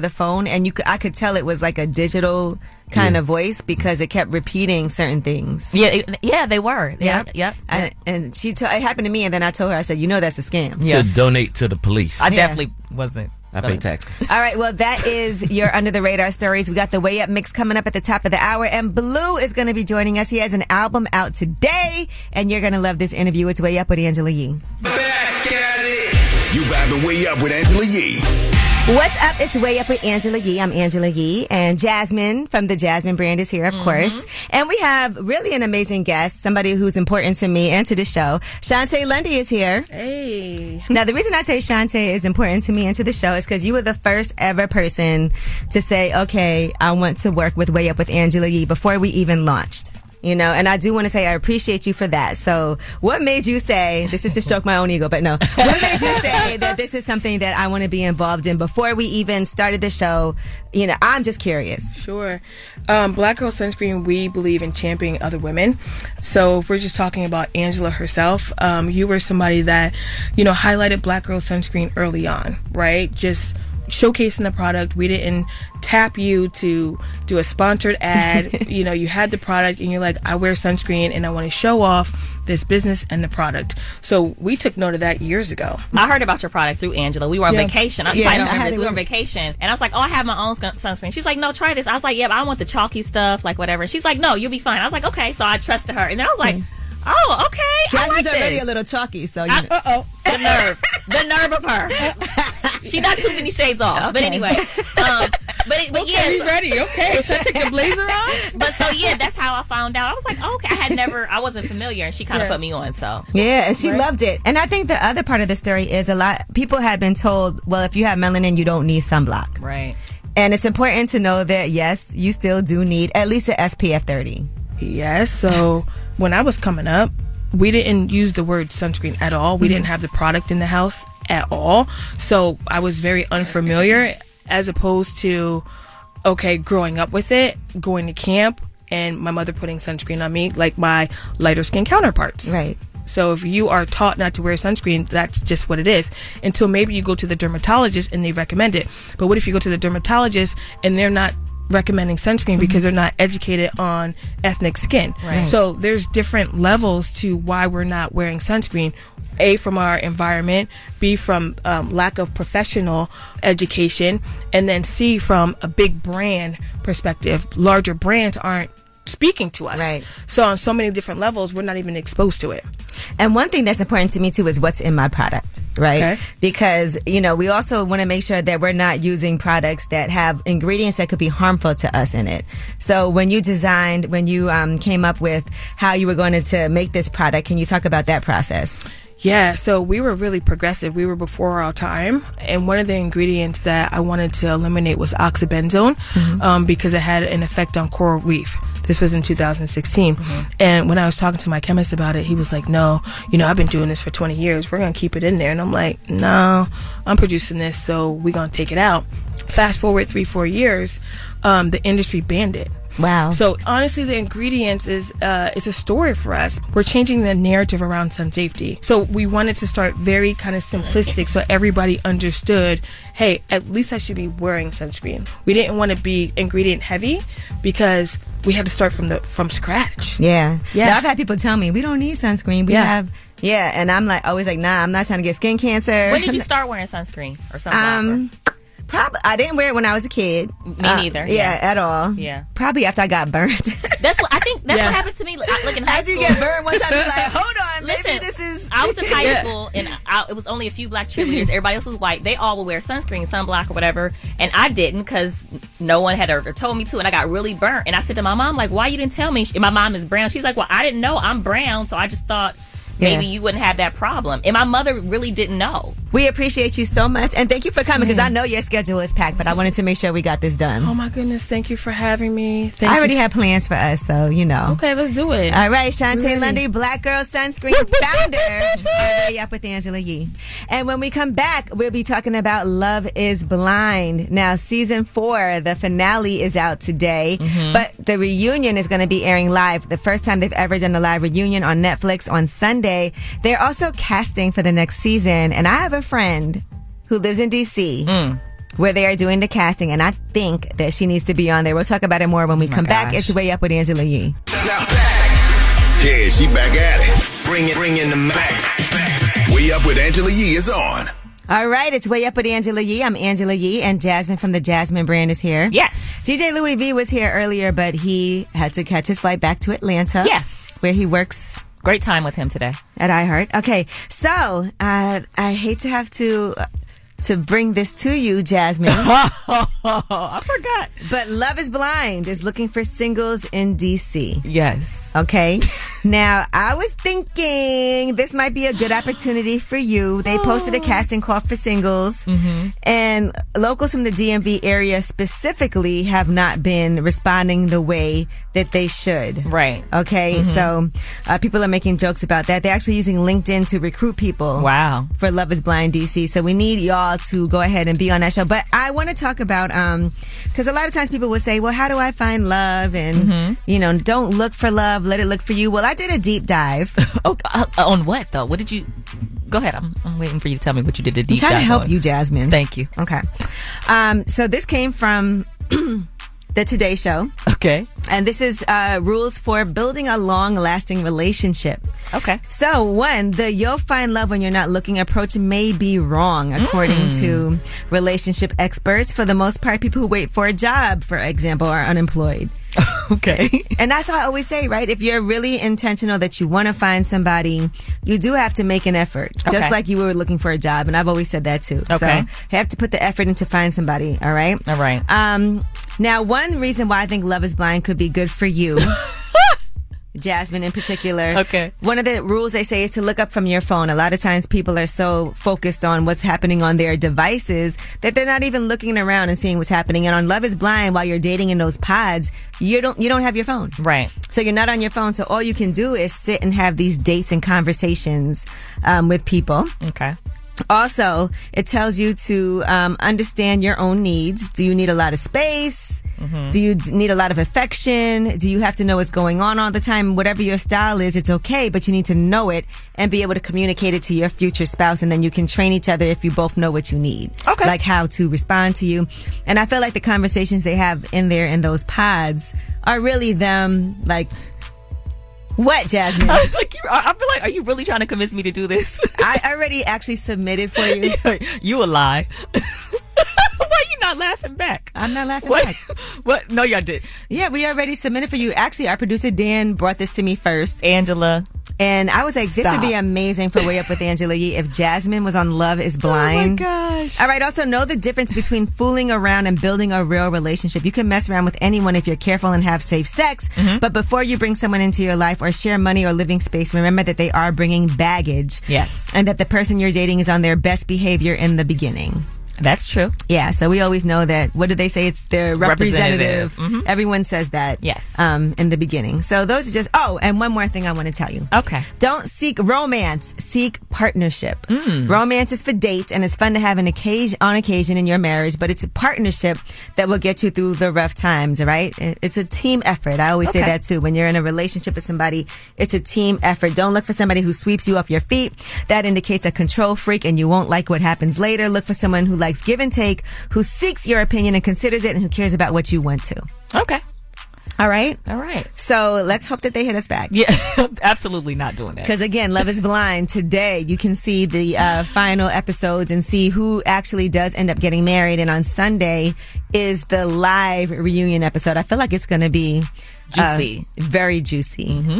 the phone and you could, I could tell it was like a digital kind of voice because it kept repeating certain things. Yeah, it- yeah, they were. Yeah, Yep. I- and she told it happened to me, and then I told her, I said, "You know, that's a scam." To donate to the police. I Yeah. definitely *laughs* wasn't. I pay taxes. All right, well, that is your under the radar stories. We got the way up mix coming up at the top of the hour, and Blue is going to be joining us. He has an album out today, and you're going to love this interview. It's way up with Angela Yee. You vibing way up with Angela Yee. What's up? It's Way Up with Angela Yee. I'm Angela Yee, and Jasmine from the Jasmine brand is here, of course. And we have really an amazing guest, somebody who's important to me and to the show. Shantae Lundy is here. Hey. Now, the reason I say Shantae is important to me and to the show is because you were the first ever person to say, okay, I want to work with Way Up with Angela Yee before we even launched. You know, and I do want to say I appreciate you for that. So, what made you say, this is to stroke my own ego, but no, what made *laughs* you say that this is something that I want to be involved in before we even started the show? You know, I'm just curious. Sure. Um, Black Girl Sunscreen, we believe in championing other women. So if we're just talking about Angela herself, um, you were somebody that, you know, highlighted Black Girl Sunscreen early on, right? Just showcasing the product. We didn't tap you to do a sponsored *laughs* ad. you know, you had the product and you're like, I wear sunscreen and I want to show off this business and the product. So we took note of that years ago. I heard about your product through Angela. We were on Yeah. vacation. I, Yeah, I don't I remember had this. We it were with on vacation. And I was like, oh, I have my own scun- sunscreen. She's like, no, try this. I was like, yeah, but I want the chalky stuff, like whatever. She's like, no, you'll be fine. I was like, okay. So I trusted her. And then I was like, oh, okay. Jasmine's I like already this. a little chalky, so you know. Uh oh. The nerve. the nerve of her. she not too many shades off. But Okay. anyway. Um, but it, but Okay, yeah. we so- ready. Okay, should I take the blazer off? But so yeah, that's how I found out. I was like, oh, okay, I had never, I wasn't familiar, and she kind of Yeah. put me on. So Yeah, and she Right. loved it. And I think the other part of the story is a lot people have been told, well, if you have melanin, you don't need sunblock. Right. And it's important to know that yes, you still do need at least an SPF 30. Yes. So when I was coming up, we didn't use the word sunscreen at all. We didn't have the product in the house at all. So I was very unfamiliar as opposed to, okay, growing up with it, going to camp, and my mother putting sunscreen on me like my lighter skin counterparts. Right. So if you are taught not to wear sunscreen, that's just what it is. Until maybe you go to the dermatologist and they recommend it. But what if you go to the dermatologist and they're not recommending sunscreen because they're not educated on ethnic skin. Right. So there's different levels to why we're not wearing sunscreen. A from our environment, B from um, lack of professional education, and then C from a big brand perspective. Larger brands aren't speaking to us. Right. So on so many different levels, we're not even exposed to it. And one thing that's important to me too is what's in my product, right? Okay. Because, you know, we also want to make sure that we're not using products that have ingredients that could be harmful to us in it. So when you designed, when you um, came up with how you were going to, to make this product, can you talk about that process? Yeah, so we were really progressive. We were before our time. And one of the ingredients that I wanted to eliminate was oxybenzone um, because it had an effect on coral reef. This was in 2016. And when I was talking to my chemist about it, he was like, No, you know, I've been doing this for 20 years. We're going to keep it in there. And I'm like, No, I'm producing this, so we're going to take it out. Fast forward three, four years, um, the industry banned it. Wow. So honestly, the ingredients is uh, is a story for us. We're changing the narrative around sun safety. So we wanted to start very kind of simplistic, so everybody understood. Hey, at least I should be wearing sunscreen. We didn't want to be ingredient heavy because we had to start from the from scratch. Yeah. Yeah. Now, I've had people tell me we don't need sunscreen. We Yeah. have yeah, and I'm like always like, nah, I'm not trying to get skin cancer. when did you start wearing sunscreen or something? Um Probably, I didn't wear it when I was a kid. Uh, Me neither, Yeah, yeah. at all. Yeah. Probably after I got *laughs* burnt. That's what I think. That's Yeah. what happened to me. Like, I- like in high As you school, get burned one time, you're like, hold on, maybe Listen, this is- I was in high *laughs* Yeah. school, and I, it was only a few black cheerleaders. Everybody else was white. They all would wear sunscreen, sunblock, or whatever, and I didn't because no one had ever told me to. And I got really burnt. And I said to my mom, like, why you didn't tell me? And my mom is brown. She's like, well, I didn't know I'm brown, so I just thought Yeah. maybe you wouldn't have that problem. And my mother really didn't know. We appreciate you so much, and thank you for coming because I know your schedule is packed, but I wanted to make sure we got this done. Oh my goodness, thank you for having me. Thank I already you. had plans for us, so you know. Okay, let's do it. All right, Shantae Ready. Lundy, Black Girl Sunscreen founder of Way Up with Angela Yee. And when we come back, we'll be talking about Love is Blind. Now, season four, the finale is out today, Mhm. but the reunion is going to be airing live. The first time they've ever done a live reunion on Netflix on Sunday. They're also casting for the next season. And I have a friend who lives in DC. Where they are doing the casting, and I think that she needs to be on there. We'll talk about it more when we come back. It's Way Up with Angela Yee. Yeah, she back at it. Bring it, bring in the back. Way up with Angela Yee is on. All right, it's way up with Angela Yee. I'm Angela Yee, and Jasmine from the Jasmine brand is here. Yes. DJ Louis V was here earlier, but he had to catch his flight back to Atlanta. Yes. Where he works. Great time with him today. At iHeart. Okay, so uh, I hate to have to to bring this to *laughs* you, Jasmine. I forgot. But Love is Blind is looking for singles in DC. Yes. *laughs* Okay. now, I was thinking this might be a good opportunity for you. They Oh. posted a casting call for singles, Mm-hmm. and locals from the DMV area specifically have not been responding the way that they should. Right. Okay. Mhm. So uh, people are making jokes about that. They're actually using LinkedIn to recruit people. Wow. For Love is Blind DC. So we need y'all to go ahead and be on that show. But I want to talk about, um, because a lot of times people will say, well, how do I find love? And, Mhm. you know, don't look for love, let it look for you. Well, I did a deep dive. *laughs* oh, uh, on what though? What did you? Go ahead. I'm, I'm waiting for you to tell me what you did. The I'm deep trying to dive help on. you, Jasmine. Thank you. Okay. Um, so this came from *clears throat* the Today Show. Okay. And this is uh, rules for building a long lasting relationship. Okay. So, one, the you'll find love when you're not looking approach may be wrong, according Mm. to relationship experts. For the most part, people who wait for a job, for example, are unemployed. Okay. And that's what I always say, right? If you're really intentional that you want to find somebody, you do have to make an effort, Okay. just like you were looking for a job. And I've always said that too. So Okay. you have to put the effort in to find somebody, all right? All right. Um, now, one reason why I think Love is Blind could be good *laughs* for you. Jasmine in particular. Okay. One of the rules they say is to look up from your phone. A lot of times people are so focused on what's happening on their devices that they're not even looking around and seeing what's happening. And on Love is Blind, while you're dating in those pods, you don't you don't have your phone. Right. So you're not on your phone. So all you can do is sit and have these dates and conversations um, with people. Okay. Also, it tells you to um, understand your own needs. Do you need a lot of space? Mhm. Do you d- need a lot of affection? Do you have to know what's going on all the time? Whatever your style is, it's okay, but you need to know it and be able to communicate it to your future spouse, and then you can train each other if you both know what you need. Okay. Like how to respond to you. And I feel like the conversations they have in there in those pods are really them, like, what, Jasmine? *laughs* I was like, you, I I feel like, are you really trying to convince me to do this? *laughs* I already actually submitted for you. *laughs* you a lie. *laughs* Why are you not laughing back? I'm not laughing What- back. *laughs* What? No, y'all did. Yeah, we already submitted for you. Actually, our producer Dan brought this to me first. Angela. And I was like, this Stop. would be amazing for Way Up with Angela Yee if Jasmine was on *laughs* Love is Blind. Oh gosh. All right, also know the difference between fooling around and building a real relationship. You can mess around with anyone if you're careful and have safe sex, Mm-hmm. Mhm. but before you bring someone into your life or share money or living space, remember that they are bringing baggage. Yes. And that the person you're dating is on their best behavior in the beginning. That's true. Yeah, so we always know that. What do they say? It's their representative. Representative. Mhm. Everyone says that. Yes. Um, in the beginning. So those are just. Oh, and one more thing I want to tell you. Okay. Don't seek romance. Seek partnership. Hmm. Romance is for dates and it's fun to have an occasion on occasion in your marriage, but it's a partnership that will get you through the rough times. all right? It- It's a team effort. I always say Okay. that too. When you're in a relationship with somebody, it's a team effort. Don't look for somebody who sweeps you off your feet. That indicates a control freak and you won't like what happens later. Look for someone who likes give and take, who seeks your opinion and considers it and who cares about what you want to. Okay. All right. All right. So let's hope that they hit us back. Yeah. *laughs* Absolutely not doing that. Because again, Love is Blind today. You can see the uh, final episodes and see who actually does end up getting married. And on Sunday is the live reunion episode. I feel like it's going to be uh, Juicy. very juicy. Mm-hmm.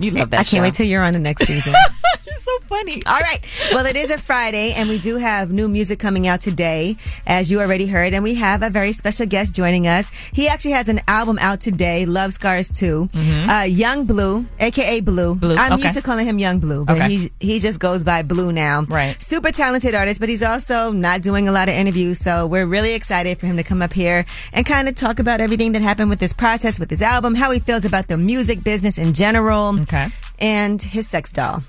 You love that I can't wait show. till you're on the next season. *laughs* He's so funny. All right. Well, it is a Friday, and we do have new music coming out today, as you already heard. And we have a very special guest joining us. He actually has an album out today, Love Scars 2. Mm-hmm. Uh, Young Blue, aka Blue. Blue, I'm okay. used to calling him Young Blue, but Okay. he he just goes by Blue now. Right. Super talented artist, but he's also not doing a lot of interviews. So we're really excited for him to come up here and kind of talk about everything that happened with this process, with his album, how he feels about the music business in general. Okay. And his sex *laughs* doll.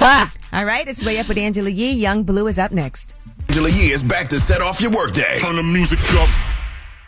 All right, it's way up with Angela Yee. Young Blue is up next. Angela Yee is back to set off your workday. Turn the music up.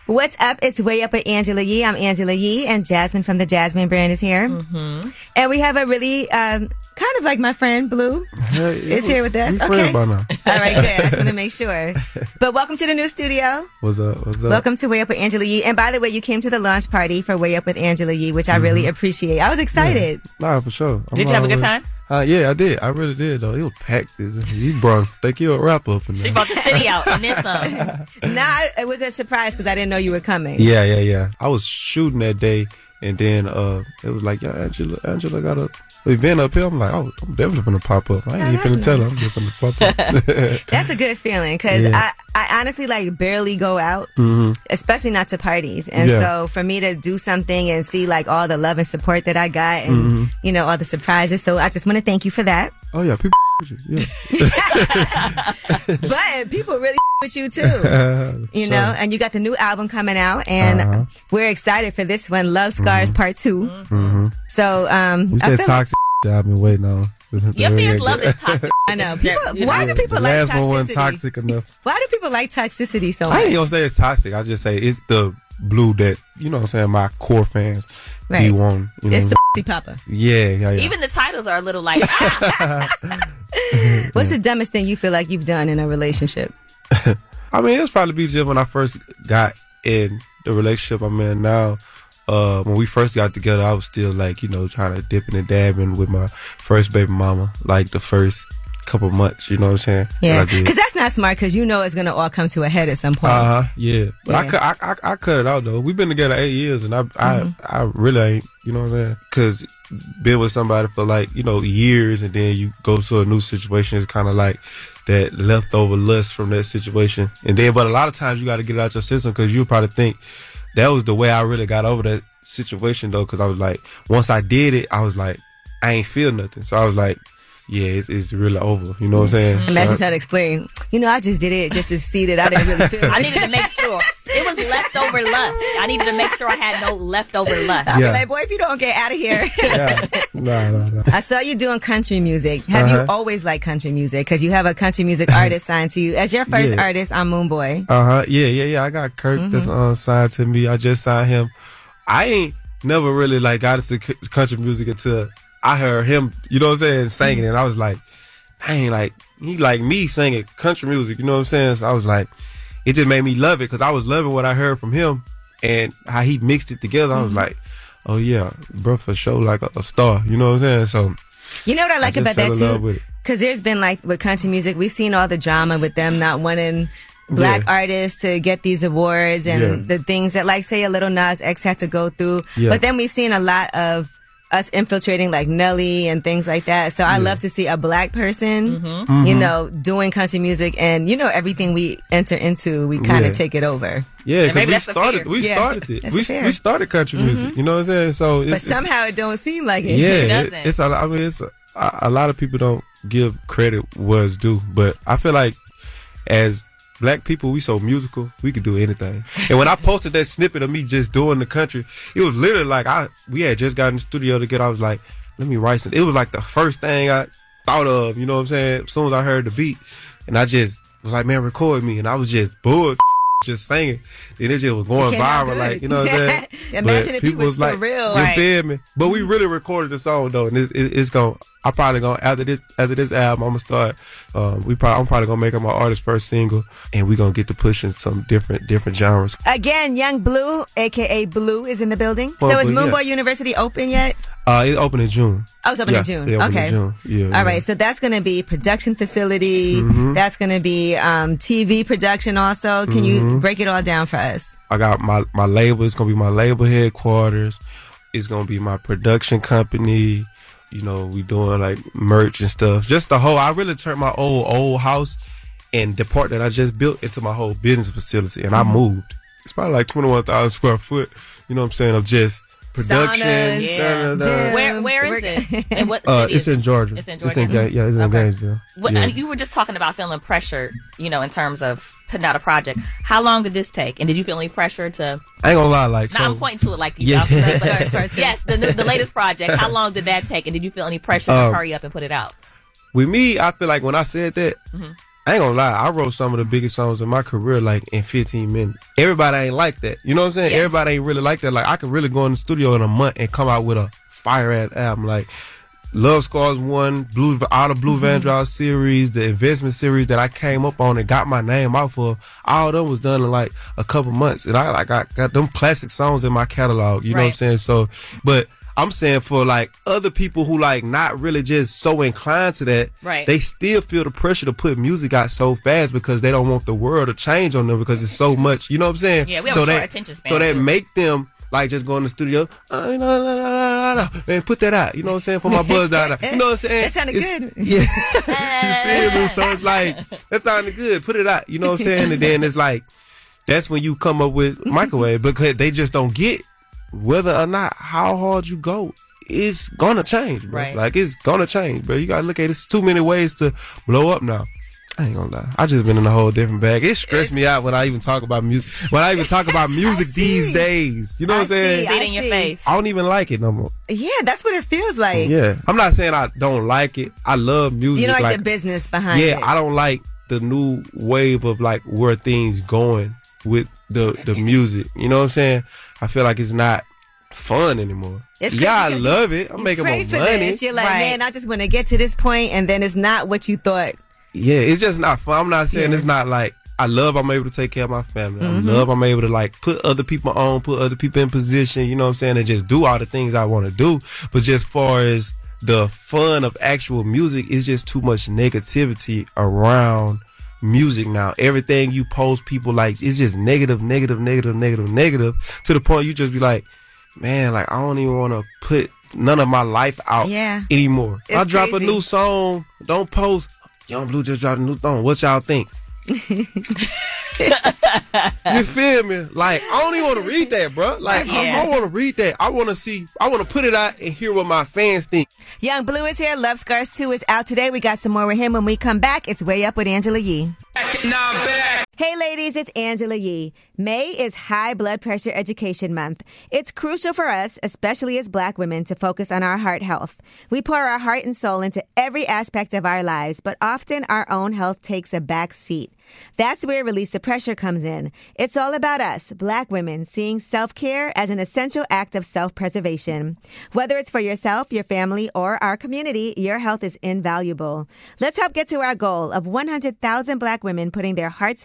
What's up? It's way up with Angela Yee. I'm Angela Yee, and Jasmine from the Jasmine brand is here, and we have a really um, kind of like my friend Blue is here with us. we friends Okay, by now. all right, good. I just want *laughs* to make sure. But welcome to the new studio. What's up? What's up? Welcome to Way Up with Angela Yee. And by the way, you came to the launch party for Way Up with Angela Yee, which I Mm-hmm. really appreciate. I was excited. Nah, for sure. Did you have a good time? Uh, yeah, I did. I really did though. It was packed. You brought think you a wrap up in there. brought the city out and then some. *laughs* nah, I- it was a surprise because I didn't know you were *laughs* coming. Yeah, yeah, yeah. I was shooting that day, and then uh, it was like, yeah, Angela, Angela got a event up here. I'm like, oh, I'm definitely gonna pop up. I ain't even gonna tell her. I'm just gonna pop *laughs* up. *laughs* That's a good feeling because Yeah. I, I honestly like barely go out, Mhm. especially not to parties. And Yeah. so for me to do something and see like all the love and support that I got and, Mhm. you know, all the surprises. So I just want to thank you *laughs* for that. Oh yeah, people. with you. Yeah. But people really *laughs* with *laughs* you too. You know, and you got the new album coming out, and Uh-huh. we're excited for this one, Love Scars Part 2 hmm So, um, You I said feel toxic. *laughs* that I've been waiting on. *laughs* Your fans love this toxic. I know. People, why do people the like last one wasn't toxicity? toxic enough. Why do people like toxicity so much? I ain't gonna say it's toxic. I just say it's the blue that you know. what I'm saying my core fans Right. do want. You know, It's the *laughs* pussy papa. yeah, yeah, yeah. Even the titles are a little like ah, *laughs* *laughs* What's the dumbest thing you feel like you've done in a relationship? I mean, it's probably be just when I first got in the relationship I'm in now. Uh, when we first got together, I was still like, you know, trying to dip and dabbing with my first baby mama, like the first couple months. You know what I'm saying? that Yeah, I did. because that's not smart. Because you know it's gonna all come to a head at some point. Uh huh. Yeah, but I Yeah. cut I, I I cut it out though. We've been together eight years, and I Mhm. I I really ain't. You know what I'm saying? Because been with somebody for like you know years, and then you go to a new situation. It's kind of like that leftover lust from that situation, and then but a lot of times you got to get it out your system because you probably think that was the way I really got over that situation though. Because I was like, once I did it, I was like, I ain't feel nothing. So I was like, yeah, it's, it's really over. You know what I'm saying? And that's just how to explain. You know, I just did it just to see that I didn't really feel. I needed to make sure. It was leftover lust. I needed to make sure I had no leftover lust. I was Yeah. like, boy, if you don't get out of here. Nah, nah, nah. I saw you doing country music. Have Uh-huh. you always liked country music? Because you have a country music *laughs* artist signed to you as your first Yeah. artist on Moon Boy. Uh huh. Yeah, yeah, yeah. I got Kirk Mm-hmm. that's uh, signed to me. I just signed him. I ain't never really like got into c- country music until I heard him. You know what I'm saying? Singing, and I was like, dang, like he like me singing country music. You know what I'm saying? So I was like, it just made me love it because I was loving what I heard from him and how he mixed it together. Mm-hmm. I was like, oh yeah, bro, for sure, like a, a star. You know what I'm saying? So You know what I like just about fell that in too? love with it. Because there's been like with country music, we've seen all the drama with them not wanting black artists to get these awards and Yeah. the things that like say a little Nas X had to go through. Yeah. But then we've seen a lot of us infiltrating like Nelly and things like that. So I Yeah. love to see a black person, Mhm. you Mhm. know, doing country music and you know everything we enter into, we kind of Yeah. take it over. yeah, because we started, we Yeah, started it. that's We, fair. Mm-hmm. we started country music. You know what I'm saying? So but it's- it's- somehow it don't seem like it. *laughs* Yeah, it- it's a, I mean, it's a, a a lot of people don't give credit was due, but I feel like as black people, we so musical, we could do anything. And when I posted that snippet of me just doing the country, it was literally like I we had just got in the studio together. I was like, let me write some. It was like the first thing I thought of. You know what I'm saying? As soon as I heard the beat, and I just was like, man, record me, and I was just bored. *laughs* Just singing, and it just was going It came viral, out good. like you know what I'm saying. *laughs* Imagine But if you was for real, you right. feel me? But we really recorded the song though, and it, it, it's going. I probably gonna after this after this album, I'm gonna start. Uh, we probably I'm probably gonna make it my artist first single, and we gonna get to pushing some different different genres. Again, Young Blue, aka Blue, is in the building. Well, so is but yeah. Moon Boy University open yet? Uh, it opened in June. Oh, it's open yeah, in June. It opened okay. in June. Yeah. All right. So that's going to be production facility. Mhm. That's going to be um, TV production also. Can you Mhm. break it all down for us? I got my my label. It's gonna be my label headquarters. It's gonna be my production company. you know, we doing like merch and stuff. Just the whole. I really turned my old old house and the part that I just built into my whole business facility, and I moved. It's probably like twenty one thousand square foot. You know what I'm saying? Of just *laughs* production. Saunas, da, da, da. Where where is it? And what Uh, city it's is it? in Georgia. It's in Georgia. Ga- yeah, it's in Gainesville. What, Yeah. and You were just talking about feeling pressure, you know, in terms of putting out a project. How long did this take? And did you feel any pressure to? I ain't gonna lie, like now so, I'm pointing to it like you. Yeah. Yeah. *laughs* yes, the, new- the latest project. How long did that take? And did you feel any pressure Um, to hurry up and put it out? with me, I feel like when I said that, Mhm. I ain't gonna lie, I wrote some of the biggest songs in my career like in 15 minutes. Everybody ain't like that. You know what I'm saying? Everybody ain't really like that. Like I could really go in the studio in a month and come out with a fire ass album. Like Love Scars One, Blue all the Blue Van Vandross series, the investment series that I came up on and got my name out for, all of them was done in like a couple months. And I like I got them classic songs in my catalog. You know what I'm Right. saying? saying? So, but I'm saying for like other people who like not really just so inclined to that, Right. They still feel the pressure to put music out so fast because they don't want the world to change on them because it's so much. You know what I'm saying? Yeah, we have so a short that, attention span, So that too. make them. Like just go in the studio, "Ah, la, la, la, la, la, la," and put that out. You know what I'm saying? For my buzz down. You know what I'm saying? *laughs* That sounded It's- good. Yeah. you feel me? So it's like that sounded good. Put it out. You know *laughs* what I'm saying? And then it's like that's when you come up with microwave because they just don't get whether or not how hard you go. It's gonna change, bro. Right. Like it's gonna change, bro. You gotta look at it. It's too many ways to blow up now. I ain't gonna lie. I just been in a whole different bag. It stressed me out when I even talk about music. When I even *laughs* talk about music these days, you know what I'm saying? See it in your face. I don't even like it no more. Yeah, that's what it feels like. Yeah, I'm not saying I don't like it. I love music. You know, like, the business behind yeah, it. I don't like the new wave of like where things going with the the music. You know what I'm saying? I feel like it's not fun anymore. It's crazy yeah, I 'cause love it. I'm you making more pray money. for this. You're like, Right. man, I just want to get to this point, and then it's not what you thought. Yeah, it's just not fun. I'm not saying it's not like I love I'm able to take care of my family. Mhm. I love I'm able to like put other people on, put other people in position, you know what I'm saying, and just do all the things I want to do. But just far as the fun of actual music, it's just too much negativity around music now. Everything you post people like it's just negative, negative, negative, negative, negative to the point you just be like, man, like I don't even want to put none of my life out Yeah. anymore. It's I drop crazy. a new song, don't post. Young Blue just dropped a new song. What y'all think? you feel me? Like I don't even want to read that, bro. Like I Yeah. don't want to read that. I want to see. I want to put it out and hear what my fans think. Young Blue is here. Love Scars 2 is out today. We got some more with him when we come back. It's Way Up with Angela Yee. Hey, ladies, it's Angela Yee. May is High Blood Pressure Education Month. It's crucial for us, especially as black women, to focus on our heart health. We pour our heart and soul into every aspect of our lives, but often our own health takes a back seat. That's where Release the Pressure comes in. It's all about us, black women, seeing self care as an essential act of self preservation. Whether it's for yourself, your family, or our community, your health is invaluable. Let's help get to our goal of 100,000 black women putting their hearts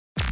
*laughs*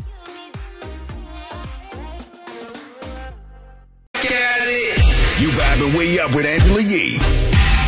You vibing way up with Angela Yee.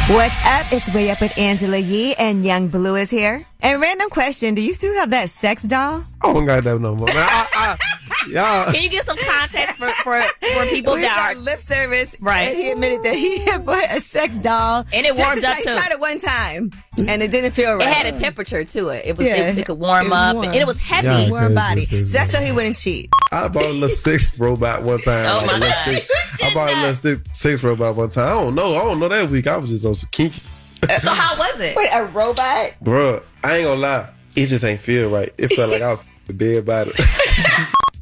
What's up? It's Way Up with Angela Yee and Young Blue is here. And random question, do you still have that sex doll? I don't got that no more. Man, I, I, y'all, Can you give some context for, for, for people Uh, We that got are lip service, Right. And he admitted that he *laughs* had bought a sex doll, And it just warmed to up try, he too. tried it one time, and it didn't feel right. It had a temperature to it. It was Yeah. it, it could warm It was up, warm. and it was heavy. Yeah, warm okay, body. this is- So that's so he wouldn't cheat. I bought a little six robot one time. Oh Like, my a little God. six- I bought a little six, six robot one time. I don't know. I don't know that week. I was just on some kinky. So how was it? Wait, a robot? Bruh, I ain't gonna lie. It just ain't feel right. It felt like I was *laughs* a dead body.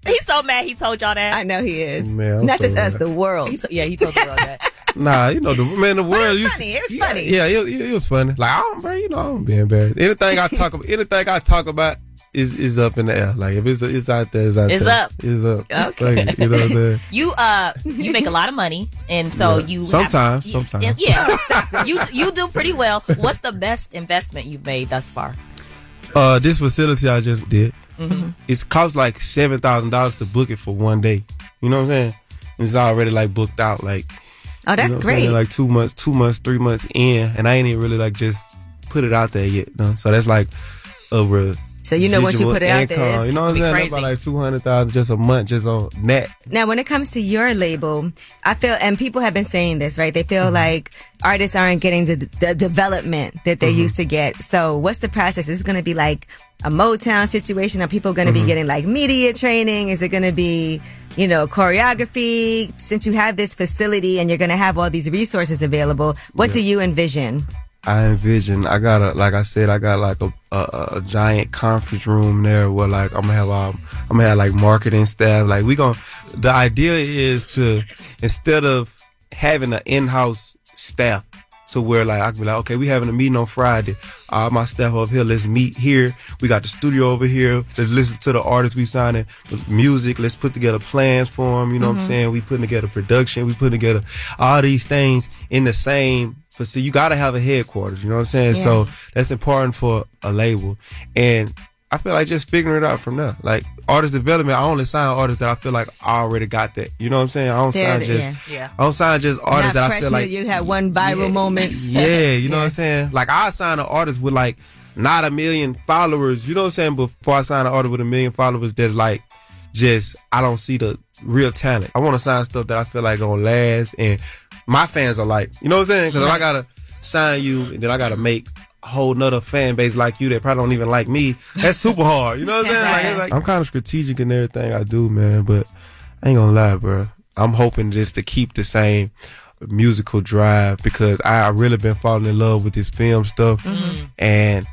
He's so mad. He told y'all that. I know he is. Man, I'm Not just sorry. us, the world. He's so- yeah, he told the world that. Nah, you know the man, the world. It was used to- *laughs* funny. It was yeah, funny. Yeah, it, it, it was funny. Like I don't, bro, you know, I don't be embarrassed. Anything I talk about, anything I talk about is is up in the air. Like if it's it's out there, it's out It's there. up. It's up. Fuck it, you know what I'm saying? You uh, you make a lot of money, and so Yeah. you have- sometimes, y- sometimes. yeah, *laughs* you you do pretty well. What's the best investment you've made thus far? Uh, this facility I just did, Mm-hmm. Mhm. it's cost like seven thousand dollars to book it for one day. You know what I'm saying? It's already like booked out. Like, Oh, that's you know what I'm saying? great. Like two months, two months, three months in, and I ain't even really like just put it out there yet. No? So that's like a real. So you know once you residual put it out there, income. it's- you know what it's I'm gonna saying? be That's About like two hundred thousand just a month, just on net. Now, when it comes to your label, I feel, and people have been saying this, right? They Mm-hmm. feel like artists aren't getting the, the development that they used Mm-hmm. to get. So, what's the process? Is it going to be like a Motown situation? Are people going to be Mhm. getting like media training? Is it going to be, you know, choreography? Since you have this facility and you're going to have all these resources available, what do you envision? I envision I got a like I said I got like a, a a giant conference room there where like I'm gonna have um I'm gonna have like marketing staff like we gonna the idea is to instead of having an in house staff so where like I can be like okay we having a meeting on Friday all my staff over here let's meet here we got the studio over here let's listen to the artists we signing with music let's put together plans for them you know what I'm Mhm. saying saying? We putting together production. We putting together all these things in the same. But see, you gotta have a headquarters. You know what I'm saying? Yeah. So that's important for a label. And I feel like just figuring it out from there. Like artist development, I only sign artists that I feel like I already got that. You know what I'm saying? I don't There sign it- just. yeah. Yeah. I don't sign just artists Not that I fresh feel new, like. you had one viral moment. *laughs* Yeah, you know what I'm saying? Like I sign an artist with like not a million followers, you know what I'm saying? Before I sign an artist with a million followers, that's like just I don't see the real talent. I want to sign stuff that I feel like gonna last and my fans are like, you know what I'm saying? Because if I gotta sign you and then I gotta make a whole nother fan base like you that probably don't even like me, that's super hard. You know what I'm saying? Like, it's like, I'm kind of strategic in everything I do, man. But I ain't gonna lie, bro. I'm hoping just to keep the same musical drive because I I really been falling in love with this film stuff, and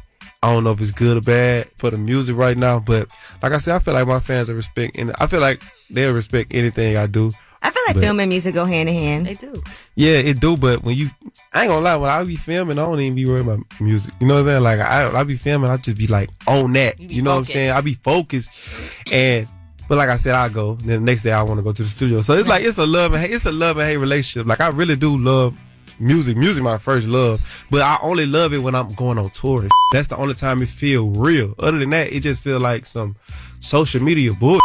I don't know if it's good or bad for the music right now. But like I said, I feel like my fans will respect, and I feel like they'll respect anything I do. I feel like But- film and music go hand in hand. They do. yeah, it do. But when you, I ain't gonna lie, when I be filming, I don't even be worried about music. You know what I'm saying? Like I, I be filming, I just be like on that. You, know what I'm saying? I be focused, and but like I said, I go. Then the next day, I want to go to the studio. So it's like it's a love and hate, it's a love and hate relationship. Like I really do love music. Music my first love, but I only love it when I'm going on tour. and That's the only time it feel real. Other than that, it just feel like some social media bull,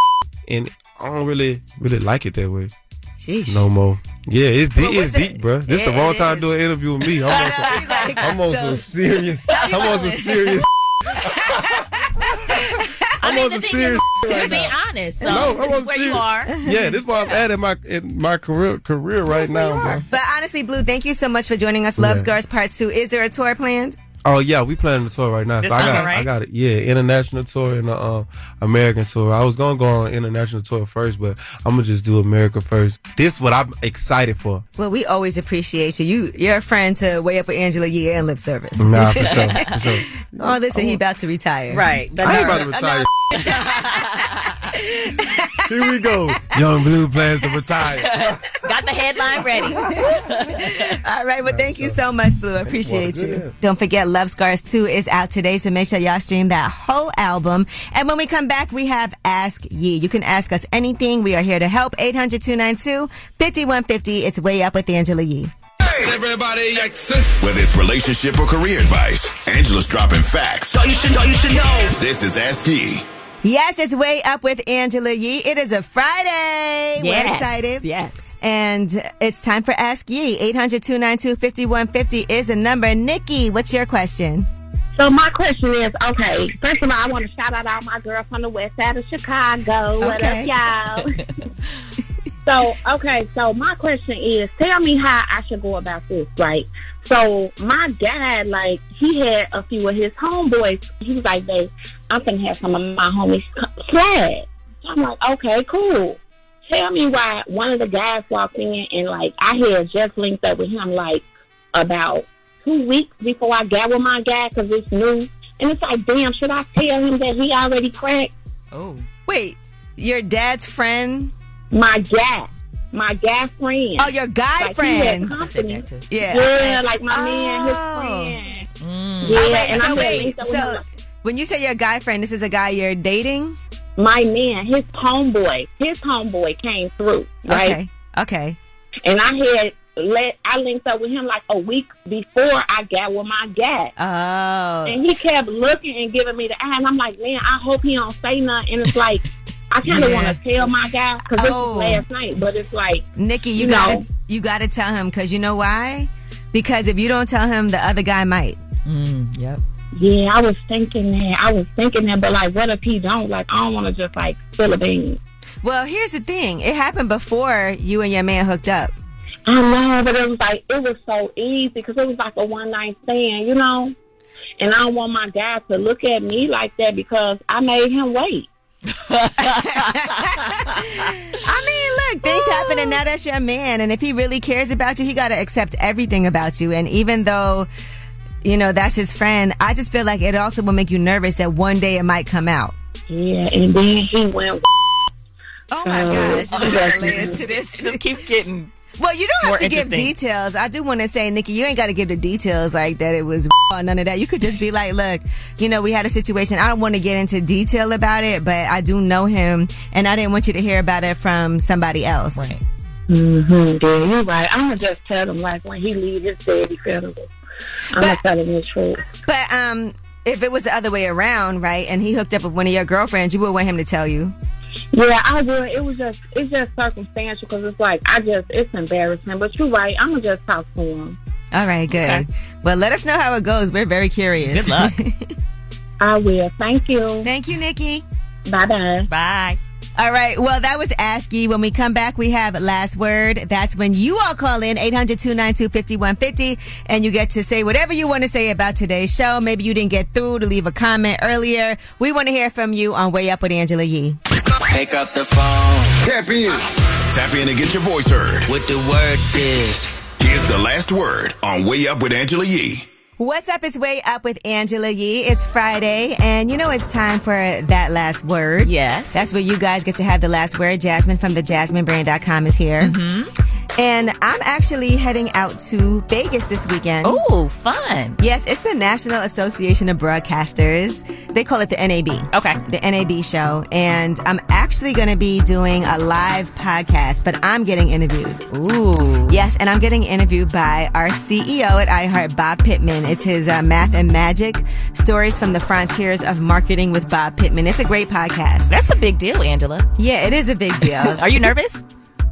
and I don't really really like it that way. Sheesh. No more. Yeah, it's deep, Well, it's what's deep, bro. This Yeah, the wrong it time to do an interview with *laughs* me. I'm on some, I'm on some serious. I'm on some *laughs* serious. *laughs* I mean, on the thing some serious is, right you're being now. honest. So No, I'm this on is where you serious. are. Yeah, this is why I'm at in my in my career career right now, bro. But honestly, Blue, thank you so much for joining us. Love Yeah. Scars Part 2. Is there a tour planned? Oh yeah, we planning the tour right now. This so I got, summer, right? I got it. Yeah, international tour and uh, um, American tour. I was gonna go on international tour first, but I'm gonna just do America first. This what I'm excited for. Well, we always appreciate you. You, you're a friend to way up with Angela Yee and Lip Service. Nah, *laughs* for sure, for sure. All this and he about to retire. Right. I ain't about to retire. *laughs* Here we go. Young Blue plans to retire. Got the headline ready. *laughs* All right. Well, thank you so much, Blue. I appreciate you. Don't forget, Love Scars 2 is out today, so make sure y'all stream that whole album. And when we come back, we have Ask Ye. You can ask us anything. We are here to help. 800 292 5150. It's Way Up with Angela Yee. Everybody exit. Whether it's relationship or career advice, Angela's dropping facts. So you should know. You should know. This is Ask Yee. Yes, it's Way Up with Angela Yee. It is a Friday. Yes, We're excited. Yes. And it's time for Ask Yee. 800 292 5150 is the number. Nikki, what's your question? So my question is, okay, first of all, I want to shout out all my girls from the west side of Chicago. What Okay. up, y'all? so, okay, so my question is, tell me how I should go about this, right? So my dad, like, he had a few of his homeboys. He was like, babe, I'm going to have some of my homies co- slide. So I'm like, okay, cool. Tell me why one of the guys walked in and, like, I had just linked up with him, like, about two weeks before I got with my guy because it's new. And it's like, damn, should I tell him that he already cracked? Oh. Wait, your dad's friend? My guy. My guy friend. Oh, your guy Like, he had friend. company. Yeah. Yeah, like my Oh. man, his friend. All Yeah, right, and so I'm wait, so, so when you say your guy friend, this is a guy you're dating? my man, his homeboy, his homeboy came through, right? Okay. Okay. And I had let I linked up with him like a week before I got with my guy. Oh. And he kept looking and giving me the eye, and I'm like, man, I hope he don't say nothing. And it's like, I kind of Yeah. want to tell my guy because this was Oh. last night, but it's like, Nikki, you, You gotta know. you gotta tell him because you know why? Because if you don't tell him, the other guy might. Mm, yep. yeah, I was thinking that, I was thinking that, but like, what if he don't? Like, I don't want to just like spill a bean. Well, here's the thing: it happened before you and your man hooked up. I know, but it was like it was so easy because it was like a one night stand, you know. And I don't want my guy to look at me like that because I made him *laughs* wait. I mean, look, things happen, and now that's your man. And if he really cares about you, he gotta accept everything about you. And even though, you know, that's his friend, I just feel like it also will make you nervous that one day it might come out. Yeah, and then he uh, went. Oh my gosh, this *laughs* is our layers to *laughs* this. It just keeps getting. Well, Oh, you don't more have to give interesting. details. I do want to say, Nikki, you ain't got to give the details like that. It was *laughs* or none of that. You could just be like, look, you know, we had a situation. I don't want to get into detail about it, but I do know him, and I didn't want you to hear about it from somebody else. Right. Mm-hmm, yeah, you're right. I'm gonna just tell him like when he leave his daddy funeral. I'm gonna tell him the truth. But um, if it was the other way around, right, and he hooked up with one of your girlfriends, you would want him to tell you. Yeah, I would. It was just it's just circumstantial because it's like I just it's embarrassing. But you're right. I'm gonna just talk to him. All right, good. Well, let us know how it goes. We're very curious. Good luck. *laughs* I will. Thank you. Thank you, Nikki. Bye bye. Bye. All right. Well, that was Ask Ye. When we come back, we have Last Word. That's when you all call in 800 292 5150 and you get to say whatever you want to say about today's show. Maybe you didn't get through to leave a comment earlier. We want to hear from you on Way Up with Angela Yee. Pick up the phone. Tap in. Tap in and get your voice heard. What the word is. Here's the last word on Way Up with Angela Yee. What's up? It's Way Up with Angela Yee. It's Friday, and you know it's time for that last word. Yes. That's where you guys get to have the last word. Jasmine from the jasminebrand.com is here. And I'm actually heading out to Vegas this weekend. Oh, fun. Yes, it's the National Association of Broadcasters. They call it the NAB. Okay. The NAB show. And I'm actually going to be doing a live podcast, but I'm getting interviewed. Ooh. Yes, and I'm getting interviewed by our CEO at iHeart, Bob Pittman. It's his uh, Math and Magic Stories from the Frontiers of Marketing with Bob Pittman. It's a great podcast. That's a big deal, Angela. Yeah, it is a big deal. Are you nervous?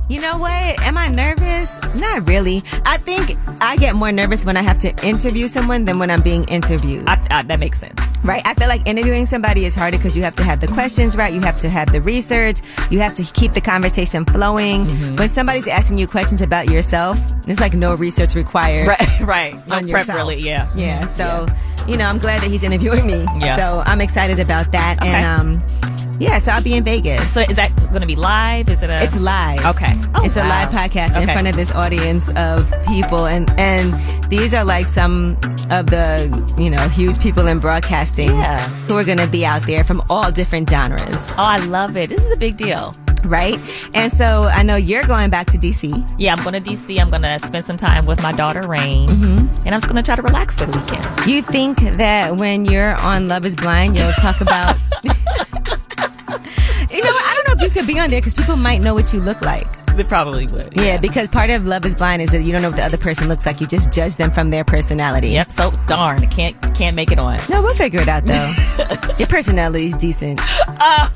You know what? Am I nervous? Not really. I think I get more nervous when I have to interview someone than when I'm being interviewed. I, I, that makes sense. Right? I feel like interviewing somebody is harder because you have to have the questions right. You have to have the research. You have to keep the conversation flowing. Mm-hmm. When somebody's asking you questions about yourself, it's like no research required. Right, *laughs* right. No on prep yourself. really, yeah. Yeah. So you know, I'm glad that he's interviewing me. Yeah. So I'm excited about that. And um, yeah, so I'll be in Vegas. So is that going to be live? Is it a? It's live. Okay. Oh, it's a wow. live podcast in Okay. front of this audience of people, and and these are like some of the you know huge people in broadcasting who are going to be out there from all different genres. Oh, I love it. This is a big deal. Right. And so I know you're going back to DC. Yeah, I'm going to DC. I'm going to spend some time with my daughter Rain, and I'm just going to try to relax for the weekend. You think that when you're on Love Is Blind, you'll *laughs* talk about. *laughs* you know, what? I don't know if you could be on there because people might know what you look like. They probably would. Yeah, because part of Love Is Blind is that you don't know what the other person looks like. You just judge them from their personality. Yep. So darn, can't can't make it on. No, we'll figure it out *laughs* though. Your personality is decent. *laughs* but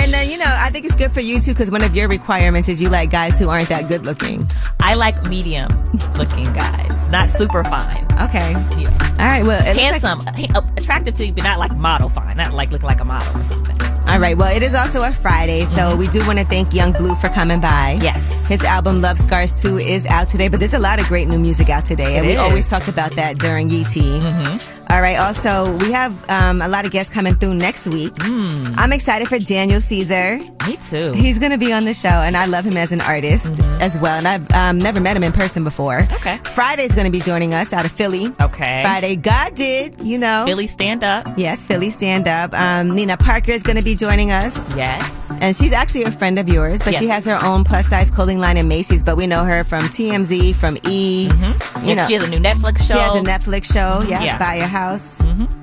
and then you know, I think it's good for you too because one of your requirements is you like guys who aren't that good looking. I like medium looking guys, not super fine. Okay. All right. Well, it looks like- handsome, uh, attractive to you, but not like model fine. Not like look like a model or something. All right. Well, it is also a Friday, so we do want to thank Young Blue for coming by. Mm-hmm. Yes. His album Love Scars 2 is out today, but there's a lot of great new music out today. and It we is. Mm-hmm. always talk about that during ET. All right. Also, we have um, a lot of guests coming through next week. I'm excited for Daniel Caesar. Mm. Me too. Mm-hmm. He's going to be on the show, and I love him as an artist as well. And I've um, never met him in person before. Okay. Friday's going to be joining us out of Philly. Okay. Friday, God did, you know. Philly stand up. Yes, Philly stand up. Um, Nina Parker is going to be joining us. Yes. And she's actually a friend of yours, but she Yes. has her own plus size clothing line in Macy's. But we know her from TMZ, from E. Yeah, Mm-hmm. she has a new Netflix She has a show. Netflix show. Yeah, Yeah. Mm-hmm. Buy Your House.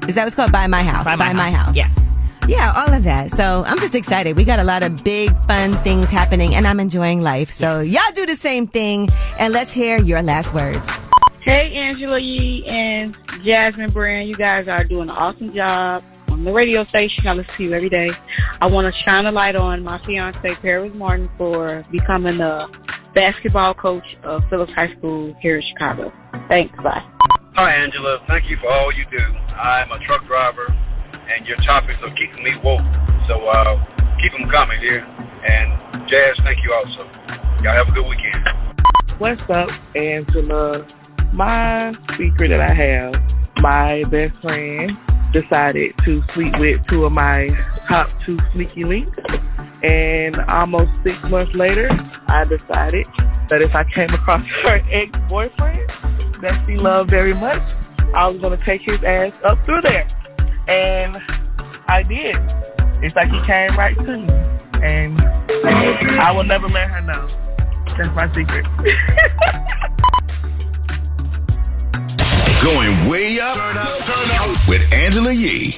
Is that what's called? Buy My House. Buy My House. Yes. Yeah, all of that. So I'm just excited. We got a lot of big, fun things happening, and I'm enjoying life. So y'all do the same thing, and let's hear your last words. Hey, Angela Yee and Jasmine Brand. You guys are doing an awesome job on the radio station. I listen to you every day. I want to shine a light on my fiance, Paris Martin, for becoming the basketball coach of Phillips High School here in Chicago. Thanks. Bye. Hi, Angela. Thank you for all you do. I'm a truck driver, and your topics are keeping me woke. So uh, keep them coming here. And Jazz, thank you also. Y'all have a good weekend. What's up, Angela? My secret that I have, my best friend decided to sleep with two of my top two sneaky links. And almost six months later, I decided that if I came across her ex boyfriend that she loved very much, I was going to take his ass up through there. And I did. It's like he came right to me. And I will never let her know. That's my secret. Going way up, turn up, turn up. with Angela Yee.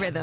rhythm.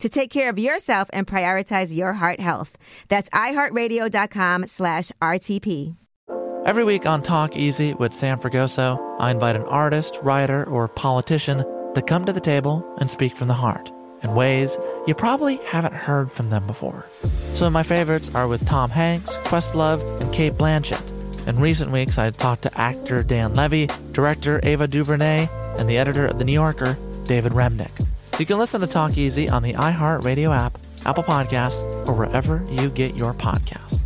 to take care of yourself and prioritize your heart health. That's iHeartRadio.com slash RTP. Every week on Talk Easy with Sam Fragoso, I invite an artist, writer, or politician to come to the table and speak from the heart in ways you probably haven't heard from them before. Some of my favorites are with Tom Hanks, Questlove, and Kate Blanchett. In recent weeks, I talked to actor Dan Levy, director Ava DuVernay, and the editor of The New Yorker, David Remnick. You can listen to Talk Easy on the iHeartRadio app, Apple Podcasts, or wherever you get your podcasts.